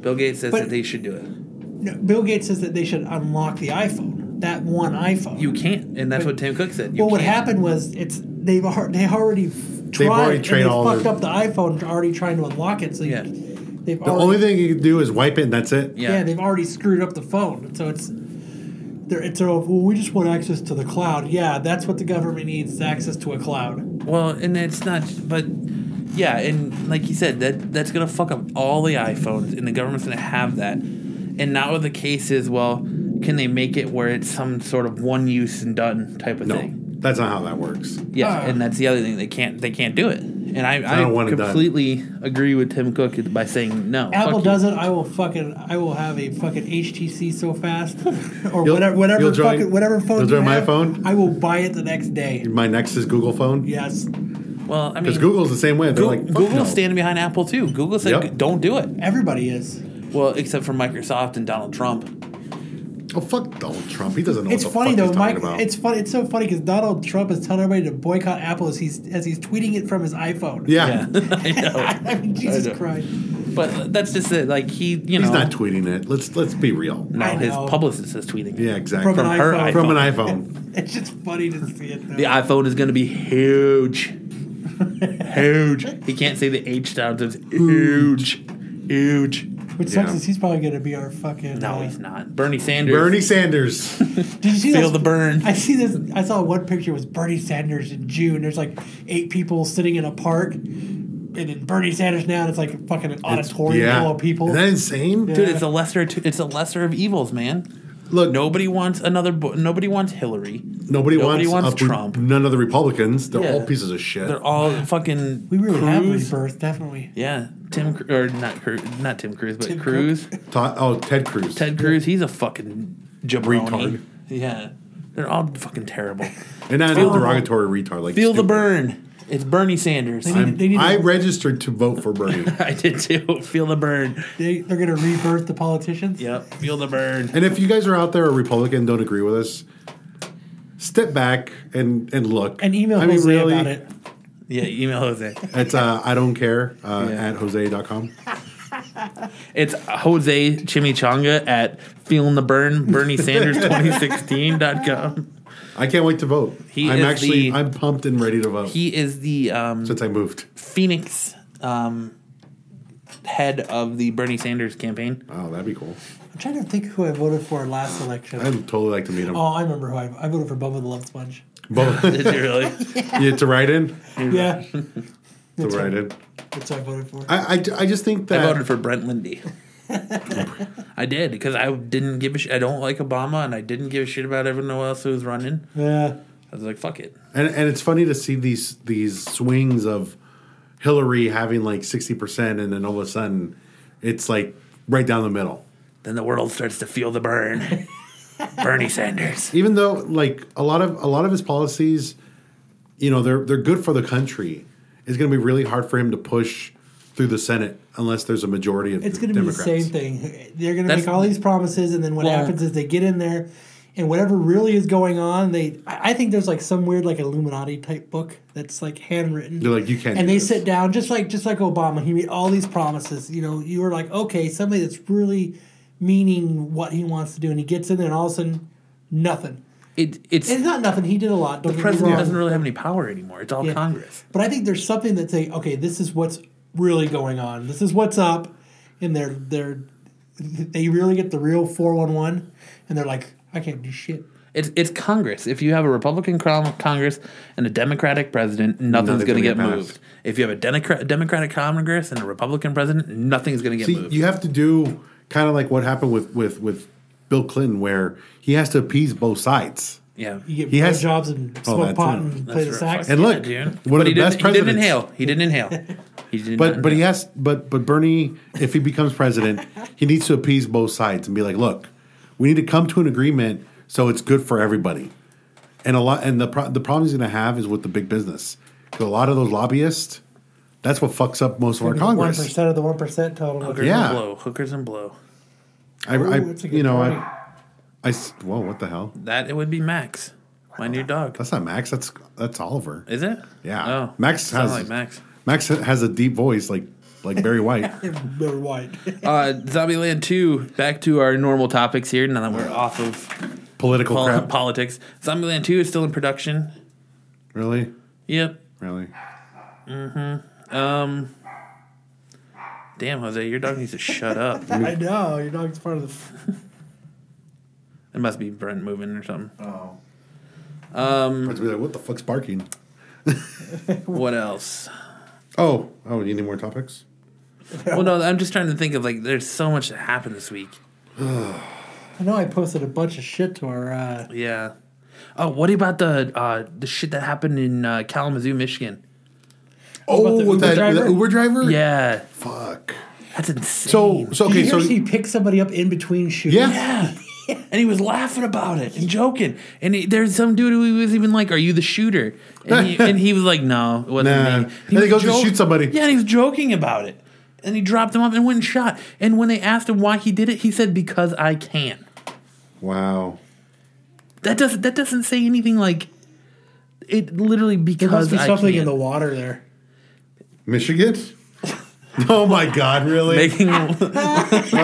S2: Bill Gates says
S3: But-
S2: that they should do it.
S3: No, Bill Gates says that they should unlock the iPhone, that one iPhone.
S2: You can't, and that's what Tim Cook said. You
S3: well, what
S2: can't.
S3: happened was it's they've al- they already f- tried
S4: already
S3: and
S4: tried
S3: they
S4: all
S3: fucked
S4: their-
S3: up the iPhone to already trying to unlock it. So you-
S2: Yeah.
S3: they've
S4: The
S3: already,
S4: only thing you can do is wipe it, and that's it.
S2: Yeah.
S3: yeah. they've already screwed up the phone. So it's they're it's a, well we just want access to the cloud. Yeah, that's what the government needs access to a cloud.
S2: Well, and it's not, but yeah, and like you said, that that's gonna fuck up all the iPhones, and the government's gonna have that. And now the case is, well, can they make it where it's some sort of one use and done type of
S4: No,
S2: thing?
S4: that's not how that works.
S2: Yeah,
S3: Ah.
S2: and that's the other thing they can't they can't do it. And I,
S4: not a
S2: I,
S4: one and done.
S2: completely agree with Tim Cook by saying no.
S3: Apple
S2: fuck you.
S3: does it. I will fucking I will have a fucking HTC so
S4: <laughs>
S3: fast or
S4: You'll-
S3: whatever whatever
S4: you'll join-
S3: fucking whatever phone.
S4: you'll
S3: you
S4: join my
S3: have,
S4: phone?
S3: I will buy it the next day.
S4: My next is Google phone.
S3: Yes.
S2: Well, I mean,
S4: Because Google's the same way. They're
S2: Goo-
S4: like fuck
S2: Google's
S4: no.
S2: standing behind Apple too. Google said,
S4: Yep.
S2: "Don't do it."
S3: Everybody is.
S2: Well, except for Microsoft and Donald
S4: <laughs>
S2: Trump.
S4: Oh fuck Donald Trump. He doesn't know
S3: It's
S4: what the
S3: funny
S4: fuck
S3: though,
S4: he's
S3: Mike.
S4: talking about.
S3: It's funny. It's so funny because Donald Trump is telling everybody to boycott Apple as he's as he's tweeting it from his iPhone.
S2: Yeah, <laughs>
S4: yeah.
S2: I know.
S3: <laughs> I mean, Jesus
S2: know.
S3: Christ.
S2: But that's just it. Like he, you
S3: <laughs>
S4: He's
S2: know,
S4: not tweeting it. Let's let's be real.
S2: no,
S3: I
S2: his
S3: know.
S2: publicist is tweeting. it.
S4: Yeah, exactly.
S3: From
S2: From
S3: an
S2: her
S3: iPhone.
S2: iPhone.
S4: From an iPhone.
S3: It's just funny to see it. Though.
S2: The iPhone is going to be huge, huge. He can't say the H sound. It's huge, huge.
S3: Which sucks
S4: Yeah.
S3: is he's probably gonna be our fucking.
S2: No,
S3: uh,
S2: he's not. Bernie Sanders.
S4: Bernie Sanders.
S3: Did you see
S2: Feel
S3: those-
S2: the burn.
S3: I see this. I saw one picture was Bernie Sanders in June. There's like eight people sitting in a park, and then Bernie Sanders now, and it's like fucking an auditorium
S4: yeah.
S3: full of people.
S4: Is that insane?
S2: Dude, it's a lesser. T- it's a lesser of evils, man.
S4: Look,
S2: Nobody wants another. Bo- nobody wants Hillary.
S4: nobody,
S2: nobody
S4: wants,
S2: wants
S4: a-
S2: Trump.
S4: None of the Republicans. They're
S2: Yeah.
S4: all pieces of shit.
S2: They're all fucking.
S3: we really have
S2: Cruz.
S3: rebirth, definitely.
S2: Yeah, Tim Cru- or not Cruz, not Tim Cruz, but
S3: Tim Cook.
S2: Cruz.
S4: Ta- oh, Ted Cruz.
S2: Ted Cruz. He's a fucking jabroni.
S4: Retard.
S2: Yeah, they're all fucking terrible.
S4: and not a derogatory retard. Like
S2: Feel the
S4: stupid.
S2: burn. It's Bernie Sanders.
S3: They need, they need
S4: I
S3: to,
S4: registered to vote for Bernie.
S2: <laughs> I did too. Feel the burn.
S3: they, they're gonna rebirth the politicians.
S2: Yep. Feel the burn.
S4: and if you guys are out there a Republican don't agree with us, step back and and look.
S3: And email
S4: I mean,
S3: Jose
S4: really,
S3: about it.
S2: Yeah. Email Jose.
S4: It's uh, I don't care uh,
S2: Yeah.
S4: at jose.com.
S2: It's Jose Chimichanga at feeling the burn. Bernie Sanders 2016.com.
S4: I can't wait to vote.
S2: He
S4: I'm
S2: is
S4: actually
S2: the-
S4: I'm pumped and ready to vote
S2: He is the um,
S4: since I moved.
S2: Phoenix um, head of the Bernie Sanders campaign.
S4: Oh, that'd be cool.
S3: I'm trying to think who I voted for last election.
S4: I'd totally like to meet him.
S3: oh, I remember who I, I voted for. Bubba the Love Sponge.
S2: <laughs>
S4: Both.
S2: Did you really?
S4: yeah, to write in.
S3: Yeah,
S4: <laughs> To write in.
S3: that's who I voted for.
S4: I, I, I just think
S2: I
S4: that
S2: voted for Brent Lindy. I did because I didn't give a shit. I don't like Obama, and I didn't give a shit about everyone else who was running.
S3: yeah,
S2: I was like, "Fuck it."
S4: and, and it's funny to see these these swings of Hillary having like sixty percent and then all of a sudden it's like right down the middle.
S2: Then the world starts to feel the
S3: <laughs>
S2: burn. Bernie Sanders.
S4: Even though like a lot of a lot of his policies, you know, they're they're good for the country. It's gonna be really hard for him to push through the Senate unless there's a majority of
S3: it's
S4: the
S3: going to be the
S4: Democrats.
S3: same thing. They're going to
S2: That's-
S3: make all these promises, and then what
S2: Well-
S3: happens is they get in there, and whatever really is going on, they. I I think there's like some weird like Illuminati type book that's like handwritten.
S4: They're like, "You can't
S3: And
S4: do
S3: they
S4: this."
S3: sit down just like just like Obama. He made all these promises. You know, you were like, okay, somebody that's really meaning what he wants to do, and he gets in there, and all of a sudden, nothing.
S2: It, it's
S3: It's
S2: the
S3: not nothing. He did a lot. Don't get me
S2: president
S3: wrong.
S2: doesn't really have any power anymore. It's all
S3: Yeah.
S2: Congress.
S3: But I think there's something that they okay, this is what's really going on. This is what's up, and they're they're they really get the real four one one, and they're like, I can't do shit.
S2: It's it's Congress. If you have a Republican con- Congress and a Democratic president, nothing's
S4: Nothing's
S2: going to
S4: gonna
S2: get
S4: get passed.
S2: moved. If you have a Democrat Democratic Congress and a Republican president, nothing's going to get
S4: See,
S2: moved.
S4: you have to do kind of like what happened with with with Bill Clinton, where he has to appease both sides.
S2: yeah.
S3: You get
S4: He has-
S3: jobs and smoke
S4: that
S3: pot
S4: too.
S3: and play the
S2: right.
S3: sax.
S4: And look,
S2: Yeah, dude.
S4: one
S2: But
S4: of
S2: he
S4: the best
S2: didn't- He didn't
S4: presidents.
S2: inhale. He didn't inhale. He did
S4: But
S2: not
S4: but he
S2: inhale.
S4: has but but Bernie, if he becomes president, he needs to appease both sides and be like, look, we need to come to an agreement so it's good for everybody. And a lot and the pro- the problem he's going to have is with the big business because a lot of those lobbyists, that's what fucks up most of our
S3: One
S4: Congress.
S3: percent of the one percent total.
S2: hookers
S4: yeah.
S2: and blow. Hookers and blow.
S4: I, I
S3: Ooh, that's a good
S4: you know
S3: point.
S4: I, I s- whoa what the hell?
S2: That it would be Max, my new dog.
S4: That's not Max. That's that's Oliver.
S2: Is it?
S4: Yeah.
S2: Oh,
S4: Max
S2: sound
S4: has-
S2: like Max.
S4: Max has a deep voice like like
S3: <laughs>
S4: Barry White.
S3: They're white. <laughs>
S2: Uh, Zombieland Two. Back to our normal topics here. Now that we're off of
S4: Political
S2: pol-
S4: Oh, crap.
S2: politics, Zombieland Two is still in production.
S4: Really?
S2: Yep.
S4: Really?
S2: Um. Damn, Jose, your dog needs to shut up.
S3: I know your dog's part of the.
S2: It must be Brent moving or something.
S4: Oh.
S3: Mm.
S4: Um, to be like, what the fuck's barking?
S2: What else?
S4: Oh, oh, you need more topics?
S2: Well, no, I'm just trying to think of like. There's so much that happened this week.
S3: I know I posted a bunch of shit to our. Uh,
S2: Yeah. Oh, what about the uh, the shit that happened in uh, Kalamazoo, Michigan?
S4: Oh,
S3: the
S4: with
S3: Uber
S4: that,
S3: driver?
S4: that Uber driver?
S2: Yeah,
S4: Fuck.
S2: that's insane.
S4: So, so
S3: did
S4: okay,
S3: you hear
S4: so
S3: she picked somebody up in between shoots?
S4: yeah,
S2: yeah, <laughs> And he was laughing about it and joking. And he, there's some dude who was even like, "Are you the shooter?" And he, and he was like, "No, it wasn't
S4: Nah.
S2: me."
S4: And he
S2: was
S4: goes to shoot somebody.
S2: Yeah, and he was joking about it. And he dropped him off and went and shot. And when they asked him why he did it, he said, "Because I can."
S4: Wow.
S2: That doesn't that doesn't say anything like it. Literally, because
S3: There must be
S2: I
S3: something
S2: can.
S3: in the water there.
S4: Michigan? <laughs> Oh my God!
S2: <laughs>
S3: <laughs>
S4: Really?
S2: making
S4: It's all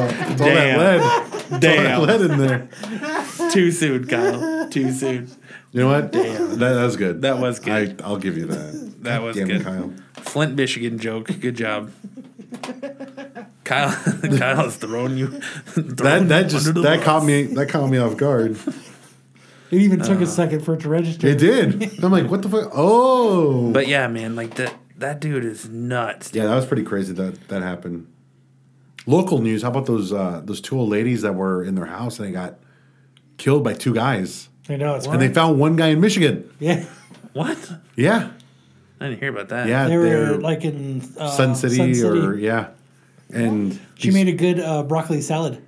S4: that lead. All that
S2: damn
S4: lead in there.
S2: <laughs> too soon, Kyle. Too soon.
S4: You know what? Damn. That, that was good.
S2: That was good.
S4: I, I'll give you that.
S2: That was
S4: Damn,
S2: good.
S4: Kyle.
S2: Flint, Michigan joke. Good
S3: <laughs>
S2: job. Kyle, <laughs> Kyle's throwing you.
S4: That
S2: throwing
S4: that
S2: you
S4: just
S2: under the
S4: that
S2: bus.
S4: caught me that caught me off guard.
S3: It even took
S2: Uh.
S3: a second for it to register.
S4: It did. I'm like, what the fuck? Oh.
S2: But yeah, man, like that that dude is nuts. dude.
S4: Yeah, that was pretty crazy that that happened. Local news. How about those uh, those two old ladies that were in their house and they got killed by two guys,
S3: I know it's
S4: and they found one guy in Michigan.
S3: yeah.
S2: What?
S4: Yeah,
S2: I didn't hear about that.
S4: yeah,
S3: They were
S4: they're
S3: like in uh,
S4: Sun, City or yeah, and
S3: she made a good uh, broccoli salad.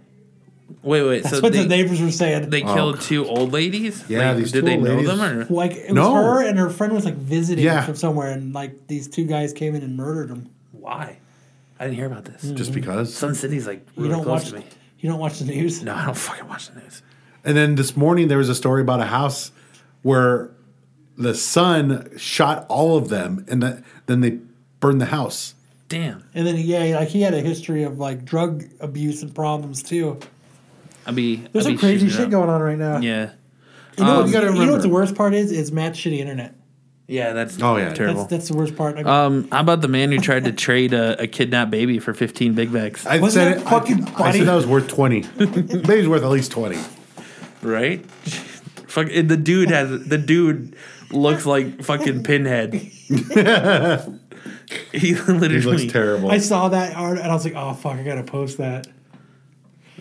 S2: Wait, wait.
S3: That's
S2: so
S3: what
S2: they,
S3: the
S2: they,
S3: neighbors were saying.
S2: killed two old ladies.
S4: Oh, Yeah,
S2: Like,
S4: these
S2: did
S4: two
S2: they
S4: old
S2: know
S4: ladies.
S2: them or?
S3: like it was
S4: No.
S3: her and her friend was like visiting
S4: Yeah.
S3: from somewhere, and like these two guys came in and murdered them.
S2: Why? I didn't hear about this.
S4: just because.
S2: Sun City's like
S3: You
S2: really
S3: don't
S2: close
S3: watch.
S2: to me.
S3: You don't watch the news.
S2: No, I don't fucking watch the news.
S4: And then this morning there was a story about a house where the son shot all of them, and that, then they burned the house.
S2: Damn.
S3: And then yeah, like he had a history of like drug abuse and problems too.
S2: I'll be.
S3: There's
S2: I'll
S3: some
S2: be
S3: crazy
S2: shooting it
S3: shit
S2: up.
S3: going on right now.
S2: Yeah.
S3: You know,
S4: Um,
S3: what,
S4: you gotta
S3: you know what
S4: remember.
S3: the worst part is? Is Matt's shitty internet.
S2: Yeah, that's
S4: Oh, yeah.
S2: terrible.
S3: That's that's the worst part. I mean,
S2: um, how about the man who tried to trade a, a kidnapped baby for 15 Big Macs?
S4: I
S3: Wasn't
S4: said
S3: that
S4: it- I-
S3: fucking
S4: I
S3: funny?
S4: said that was worth twenty.
S3: <laughs>
S4: Maybe worth at least twenty.
S2: Right? Fuck, and the dude has the dude looks like fucking Pinhead. <laughs> he literally
S4: He looks terrible.
S3: I saw that art and I was like, oh fuck, I gotta post that.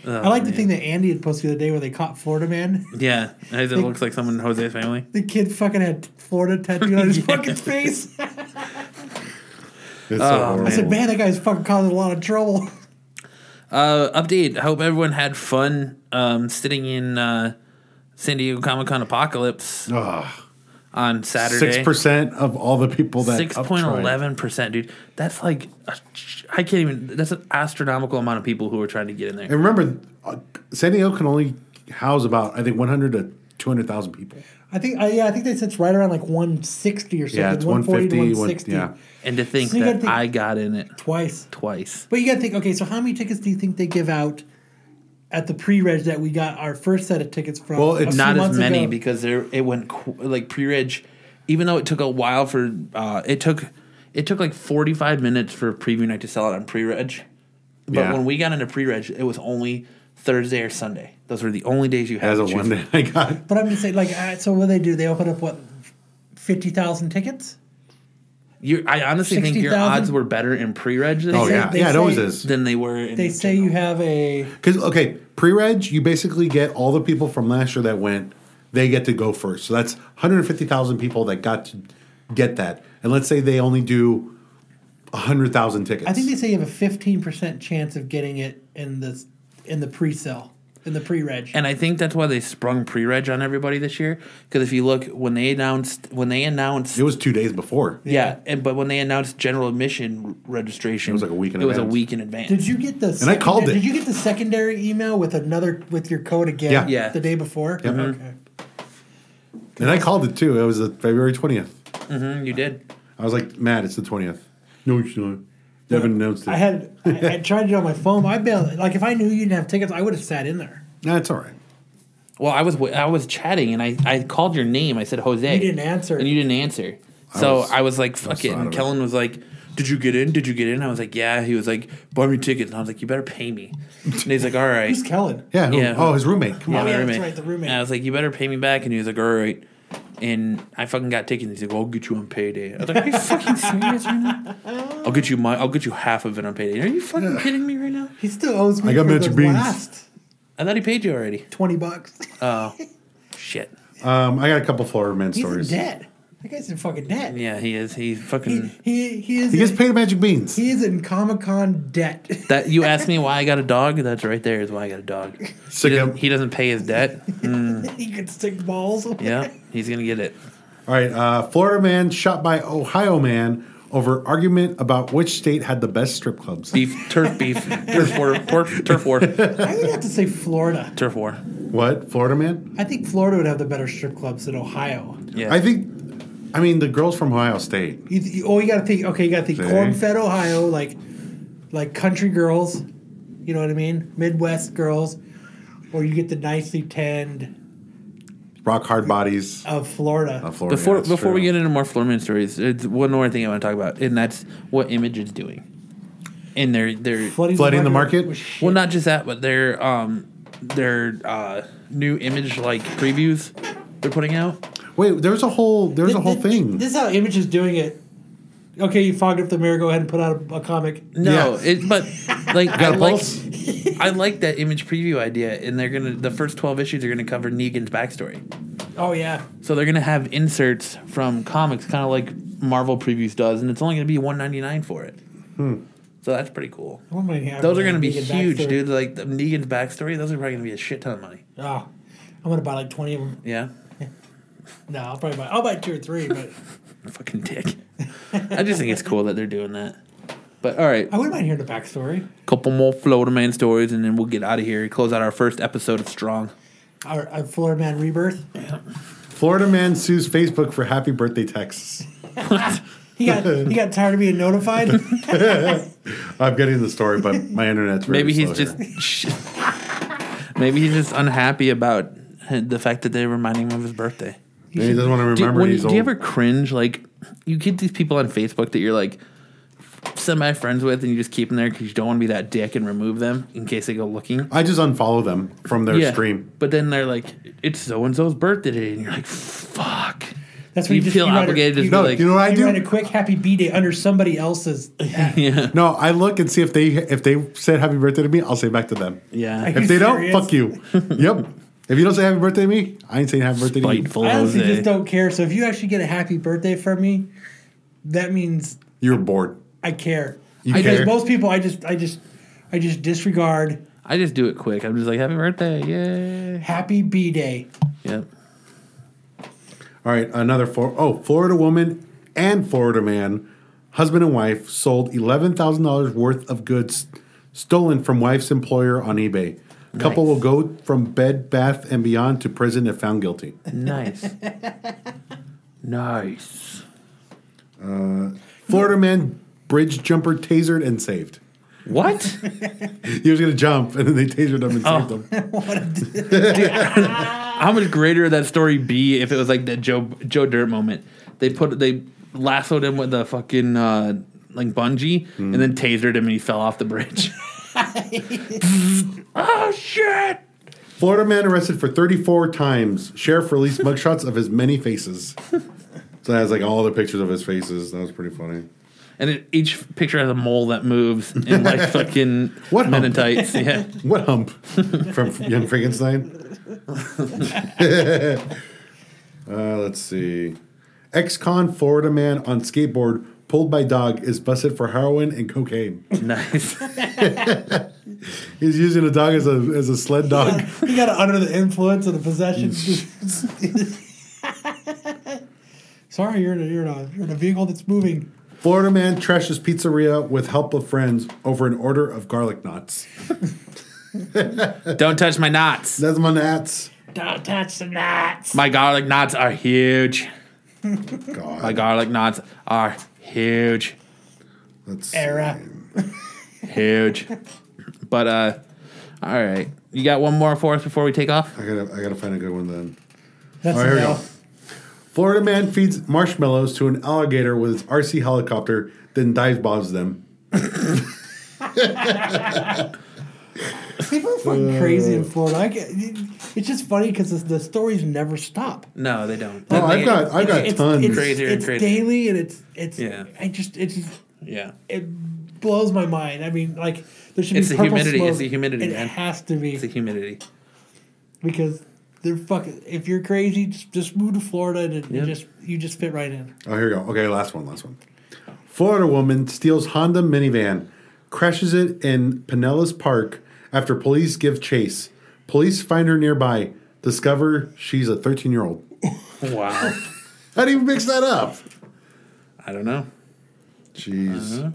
S4: Oh,
S3: I like the thing that Andy had posted the other day where they caught Florida man. <laughs>
S2: Yeah, it looks like someone in Jose's family.
S3: the kid fucking had Florida tattooed
S4: <laughs>
S3: on his fucking face.
S4: It's so horrible.
S3: um, I said, man, that guy's fucking causing a lot of trouble. <laughs>
S2: Uh, update. Hope everyone had fun um, sitting in uh, San Diego Comic Con Apocalypse on Saturday.
S4: Ah, Six percent of all the people that
S2: Six
S4: up
S2: point
S4: tried.
S2: eleven percent, dude. That's like I I can't even. That's an astronomical amount of people who are trying to get in there.
S4: And remember, uh, San Diego can only house about I think one hundred to two hundred thousand people.
S3: I think, uh, yeah, I think they said it's right around like 160 or something.
S4: Yeah, it's
S3: 140 to 160.
S4: 150, yeah.
S2: And to think
S3: So you
S2: that
S3: gotta think-
S2: I got in it
S3: Twice.
S2: twice.
S3: But you gotta think, okay, so how many tickets do you think they give out at the pre reg that we got our first set of tickets from?
S4: Well,
S3: a few
S4: it's
S2: Not as
S3: months
S2: many
S3: ago?
S2: because there it went qu- like pre-reg. Even though it took a while for uh, it took it took like forty five minutes for preview night to sell out on pre-reg. But
S4: Yeah.
S2: when we got into pre-reg, it was only Thursday or Sunday. Those were the only days you had.
S4: As
S2: to
S4: of
S2: choose
S4: one day, <laughs> I got
S3: But I'm just saying, like, uh, so what do they do? They open up what, 50,000 tickets?
S2: You, I honestly think your
S3: 60,000?
S2: odds were better in pre-reg this
S4: oh
S2: year
S4: yeah,
S3: they
S4: yeah, it always
S3: say-
S4: is.
S2: than they were. In
S3: They say you have a.
S4: Because okay, pre-reg, you basically get all the people from last year that went. They get to go first. So that's 150,000 people that got to get that. And let's say they only do 100,000 tickets.
S3: I think they say you have a fifteen percent chance of getting it in the in the pre-sell in the pre-reg.
S2: and I think that's why they sprung pre-reg on everybody this year. Because if you look when they announced when they announced
S4: it was two days before.
S2: yeah, and but when they announced general admission r- registration, it
S4: was like a week in
S2: It was a
S4: advance.
S2: week in advance.
S3: did you get the? And
S4: I called it.
S3: Did you get the secondary email with another with your code again?
S4: Yeah.
S2: Yeah.
S3: The day before. Okay.
S4: And I called it too. It was the February 20th.
S2: Mm, you did.
S4: I was like, Matt, it's the 20th. No, it's not. They haven't announced it.
S3: I had I, I tried it on my phone. I bet like if I knew you didn't have tickets, I would have sat in there.
S4: nah, it's all right.
S2: Well, I was I was chatting and I, I called your name. I said Jose.
S3: You didn't answer.
S2: and you didn't answer. So I was,
S4: was-
S2: like, fuck
S4: was
S2: it.
S4: out
S2: And
S4: of it.
S2: Kellen was like, did you get in? Did you get in? I was like, yeah. He was like, buy me tickets. And I was like, you better pay me. And he's like, all right.
S3: Who's Kellen?
S4: Yeah. who-
S2: Yeah.
S4: Oh, his roommate. Come
S2: Yeah,
S4: on.
S2: <laughs> my
S3: yeah, that's
S2: roommate.
S3: right, the roommate.
S2: And I was like, you better pay me back. And he was like, all right. And I fucking got tickets. He's like, well, I'll get you on payday. I was like, are you fucking serious right
S3: <laughs>
S2: now? I'll get you my, I'll get you half of it on payday. Are you fucking kidding me right now?
S3: He still owes me
S4: I got
S3: for
S4: Mitch
S3: the
S4: Beans.
S3: last
S2: I thought he paid you
S4: <laughs>
S2: already.
S3: twenty bucks.
S2: Oh, shit.
S4: Um, I got a couple Florida man
S3: He's in
S4: stories.
S3: debt. That guy's in fucking debt.
S2: Yeah, he is. He's
S3: He,
S2: fucking.
S3: he, he is
S4: He gets
S3: in,
S4: paid magic beans.
S3: he is in Comic Con debt.
S2: That you asked me why I got a dog. That's right there is why I got a dog. He
S4: Sick him.
S2: doesn't, he doesn't pay his debt.
S3: <laughs> he could stick balls.
S2: Yeah, he's gonna get it.
S4: All right, uh, Florida man shot by Ohio man over argument about which state had the best strip clubs.
S2: Beef, turf beef, turf war, pork, turf war,
S3: I would have to say Florida.
S2: turf war.
S4: What Florida man?
S3: I think Florida would have the better strip clubs than Ohio.
S2: Yeah,
S4: I think. I mean, the girls from Ohio State.
S3: You, you, oh, you got to think. Okay, you got to think
S4: See?
S3: corn-fed Ohio, like like country girls. You know what I mean? Midwest girls, or you get the nicely tanned
S4: Rock hard bodies.
S3: of Florida.
S4: of Florida.
S2: before
S4: that's
S2: before we
S4: true.
S2: get into more Florman stories, it's one more thing I want to talk about, and that's what Image is doing. And they're they're
S4: Flooding the market?
S3: was Oh, shit.
S2: well, not just that, but their um their uh new Image like previews they're putting out.
S4: wait, there's a whole there's a whole
S3: Th- th-
S4: thing.
S3: This is how Image is doing it. Okay, you fogged up the mirror. Go ahead and put out a, a comic.
S2: No,
S4: Yeah.
S2: it, but like I
S4: Got a
S2: like
S4: pulse?
S2: I like that Image preview idea, and they're gonna the first twelve issues are gonna cover Negan's backstory.
S3: Oh yeah,
S2: So they're gonna have inserts from comics, kind of like Marvel previews does, and it's only gonna be one ninety nine for it.
S4: Hmm.
S2: So that's pretty cool.
S3: I wonder how many
S2: Those are gonna be
S3: Negan
S2: huge,
S3: backstory-
S2: dude. Like the Negan's backstory, those are probably gonna be a shit ton of money.
S3: Oh, I'm gonna buy like twenty of them.
S2: Yeah,
S3: No, I'll probably buy. I'll buy two or three, but
S2: fucking dick. I just think it's cool that they're doing that. But all right,
S3: I wouldn't mind hearing the backstory.
S2: couple more Florida Man stories, and then we'll get out of here. Close out our first episode of Strong.
S3: Our, our Florida Man Rebirth.
S4: Florida man sues Facebook for happy birthday texts.
S3: He
S4: <laughs>
S3: got he got tired of being notified.
S4: I'm getting the story, but my internet's very
S2: Maybe he's
S4: slow here.
S2: just. maybe he's just <laughs> unhappy about the fact that they're reminding him of his birthday.
S4: Maybe he doesn't want to
S2: Do,
S4: remember.
S2: when you,
S4: he's
S2: do
S4: old.
S2: you ever cringe? Like, you get these people on Facebook that you're like semi friends with, and you just keep them there because you don't want to be that dick and remove them in case they go looking.
S4: I just unfollow them from their
S2: yeah.
S4: stream.
S2: But then they're like, it's so and so's birthday today. And you're like, fuck. <laughs>
S3: That's
S2: you
S3: just-
S2: feel
S3: write a-
S2: obligated to
S3: you-
S2: be
S4: No,
S2: like,
S4: you know what I
S3: you
S4: do?
S3: write a quick happy b day under
S2: <laughs>
S3: somebody else's.
S2: yeah.
S4: No, I look and see if they if they said happy birthday to me, I'll say back to them.
S2: Yeah.
S3: I-
S4: If they don't,
S3: serious?
S4: fuck you. yep. If you don't say happy birthday to me, I ain't saying happy birthday to
S2: Spiteful
S3: I honestly
S2: Jose.
S3: just don't care. So if you actually get a happy birthday from me, that means
S4: you. You're bored.
S3: I care.
S4: You
S3: I
S4: care?
S3: Just, most people, I just I just I just disregard
S2: I just do it quick. I'm just like, happy birthday. Yay.
S3: happy b day. <laughs>
S2: Yep.
S4: All right, another for oh Florida woman and Florida man, husband and wife, sold eleven thousand dollars worth of goods stolen from wife's employer on eBay. Couple will go from Bed Bath and Beyond to prison if found guilty.
S3: <laughs>
S2: Nice. nice.
S4: Florida man bridge jumper tasered and saved.
S2: What?
S4: He was gonna jump and then they tasered him and saved
S2: Oh.
S4: him.
S2: How much greater would that story be if it was like that Joe Joe Dirt moment? They put they lassoed him with a fucking uh, like bungee and then tasered him and he fell off the bridge. oh shit!
S4: Florida man arrested for 34 times. Sheriff released mugshots of his many faces. So that has like all the pictures of his faces. That was pretty funny.
S2: And it, each picture has a mole that moves and like fucking
S4: What hump?
S2: Mennonites. Yeah,
S4: What hump from Young Frankenstein? <laughs> uh, let's see. Ex con Florida man on skateboard pulled by dog is busted for heroin and cocaine.
S2: nice.
S4: He's using a dog as a, as a sled dog.
S3: You got to under the influence of the possession.
S4: <laughs>
S3: <laughs> Sorry, you're in a, you're in a you're in a vehicle that's moving.
S4: Florida man trashes pizzeria with help of friends over an order of garlic knots.
S2: Don't touch my knots.
S4: That's my gnats.
S3: Don't touch the nuts.
S2: My garlic knots are huge.
S4: God.
S2: My garlic knots are huge.
S4: Let's see.
S3: Era.
S2: Huge. But uh all right. You got one more for us before we take off?
S4: I gotta, I gotta find a good one then.
S3: That's
S4: All right, here we go.
S3: enough.
S4: Florida man feeds marshmallows to an alligator with its RC helicopter, then dive bombs them.
S3: People are fucking crazy in Florida. I get, it's just funny because the, the stories never stop.
S2: No, they don't.
S4: Oh, I've got, I've got
S3: it's,
S4: tons.
S3: It's,
S2: Crazier and
S3: it's
S2: crazier.
S3: daily and it's it's.
S2: Yeah.
S3: I just it just
S2: yeah.
S3: it blows my mind. I mean, like there should
S2: It's
S3: be
S2: the
S3: purple
S2: humidity,
S3: Smoke.
S2: it's the humidity,
S3: It
S2: man.
S3: has to be
S2: It's the humidity.
S3: because They're fucking. If you're crazy, just, just move to Florida and it- you just you just fit right in.
S4: Oh, here we go. Okay, last one, last one. Florida woman steals Honda minivan, crashes it in Pinellas Park after police give chase. Police find her nearby, discover she's a 13 year old.
S2: Wow.
S4: How do you mix that up?
S2: <laughs> I don't know.
S4: Jeez.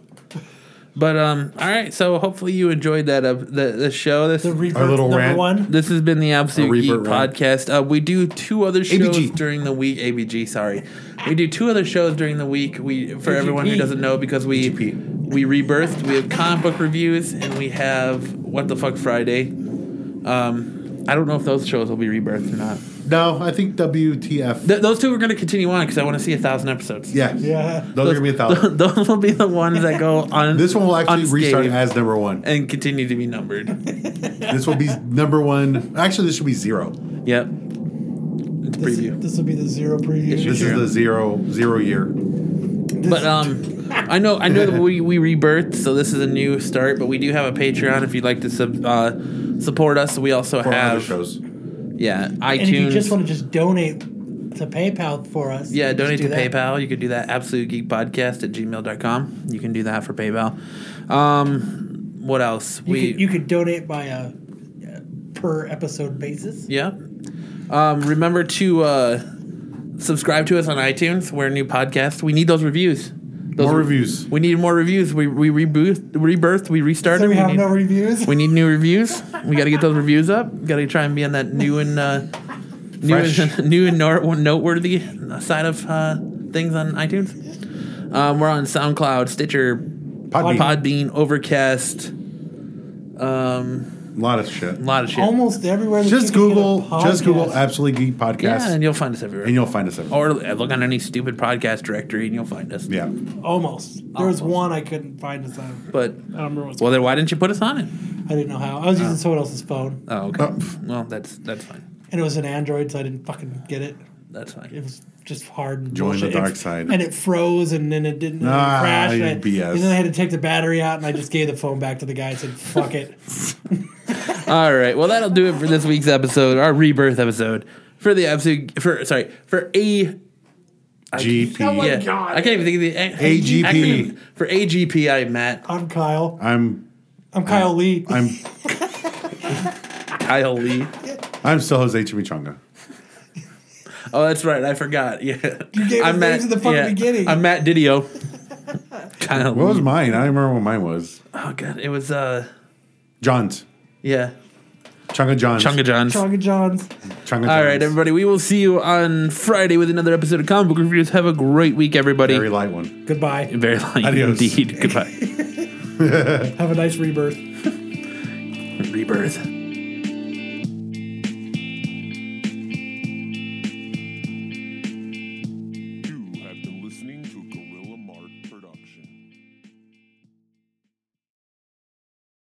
S2: But um, all right. So hopefully you enjoyed that uh, the the show. This
S3: The rebirth
S4: little
S3: number
S4: rant.
S3: one.
S2: this has been the
S4: A
S2: absolute
S4: rebirth
S2: geek
S4: round.
S2: podcast. Uh, we do two other shows
S4: ABG.
S2: during the week. ABG, sorry. We do two other shows during the week. We for everyone who
S3: AGP.
S2: doesn't know because we
S4: AGP.
S2: we rebirthed. We have comic book reviews and we have what the fuck Friday. Um, I don't know if those shows will be rebirthed or not.
S4: No, I think WTF.
S2: Th- those two are going to continue on because I want to see a thousand episodes.
S4: yeah.
S3: Yeah.
S4: Those are going to be a thousand.
S2: <laughs> Those will be the ones that
S4: <laughs>
S2: go on.
S4: This one will actually restart
S2: unscathed
S4: as number one.
S2: and continue to be numbered.
S4: This will be number one. Actually, this should be zero.
S2: Yep. It's a preview.
S3: This will be the zero preview.
S4: This is the zero zero year.
S2: But um, I know I know that we we rebirthed, so this is a new start. But we do have a Patreon if you'd like to sub, uh, support us. We also
S4: For other
S2: have
S4: shows.
S2: yeah iTunes.
S3: and if you just want to just donate to PayPal for us,
S2: yeah,
S3: just
S2: donate
S3: do
S2: to
S3: that.
S2: PayPal. You could do that. Absolute Geek Podcast at gmail.com. You can do that for PayPal. Um, what else?
S3: You, could, you could donate by a uh, per episode basis.
S2: Yeah. Um, remember to uh, subscribe to us on iTunes. We're a new podcast. We need those reviews. Those
S4: More reviews.
S2: We need more reviews. We we rebooth, rebirth. We restarted.
S3: So we have
S2: need,
S3: no reviews.
S2: we need new reviews. We got to get those reviews up. Got to try and be on that new and uh, new
S4: Fresh.
S2: and, <laughs> new and nor- noteworthy side of uh, things on iTunes. Um, we're on SoundCloud, Stitcher,
S4: Podbean.
S2: Podbean Overcast. Um,
S4: A lot of shit.
S2: a lot of
S4: Oh
S2: shit.
S3: <laughs> Almost everywhere. that you
S4: Just
S3: can get a
S4: Google, just Google
S3: podcast.
S4: Absolutely Geek Podcast,
S2: yeah, and
S4: and,
S2: you'll find us everywhere.
S4: you'll find us. Everywhere.
S2: or uh, look on any stupid podcast directory and you'll find us.
S4: Yeah.
S3: Almost. There was one I couldn't find. Us on.
S2: But
S3: I don't remember what's.
S2: well, then why didn't you put us on it?
S3: I didn't know how. I was using someone else's phone,
S2: Oh, okay.
S4: Oh, pff.
S2: well, that's that's fine.
S3: and it was an Android, so I didn't fucking get it.
S2: That's
S3: It
S2: fine.
S3: was just hard. And
S4: Join the
S3: bullshit.
S4: dark
S3: It-
S4: side.
S3: And it froze, and then it didn't and it
S4: Ah,
S3: crashed.
S4: you
S3: And, I-
S4: BS.
S3: and then I had to take the battery out, and I just gave the phone back to the guy and said, "Fuck it."
S2: <laughs>
S4: <laughs>
S2: All right. Well, that'll do it for this week's episode, our rebirth episode for the absolute for sorry for a
S4: GP.
S2: yeah. I can't even think of the a-
S4: AGP.
S2: acronym. for AGP. I'm Matt
S3: I'm Kyle.
S4: I'm
S3: I'm Kyle Lee.
S4: I'm
S2: Kyle Lee.
S4: I'm still Jose Chimichanga.
S2: Oh, that's right. I forgot. Yeah, you
S3: gave us names at the fucking beginning.
S2: I'm Matt
S3: <laughs>
S2: Didio. Kyle.
S4: What was
S2: Lee.
S4: mine? I don't remember what mine was.
S2: Oh god, it was uh
S4: Johns.
S2: yeah,
S4: Changa Johns.
S2: Chunga Johns.
S3: Chonga Johns.
S4: Changa
S2: All
S4: Johns.
S2: right, everybody. We will see you on Friday with another episode of Comic Book Reviews. Have a great week, everybody.
S4: Very light one.
S3: Goodbye.
S2: Very long
S4: Adios.
S2: indeed. Goodbye.
S3: Have a nice rebirth.
S2: Rebirth.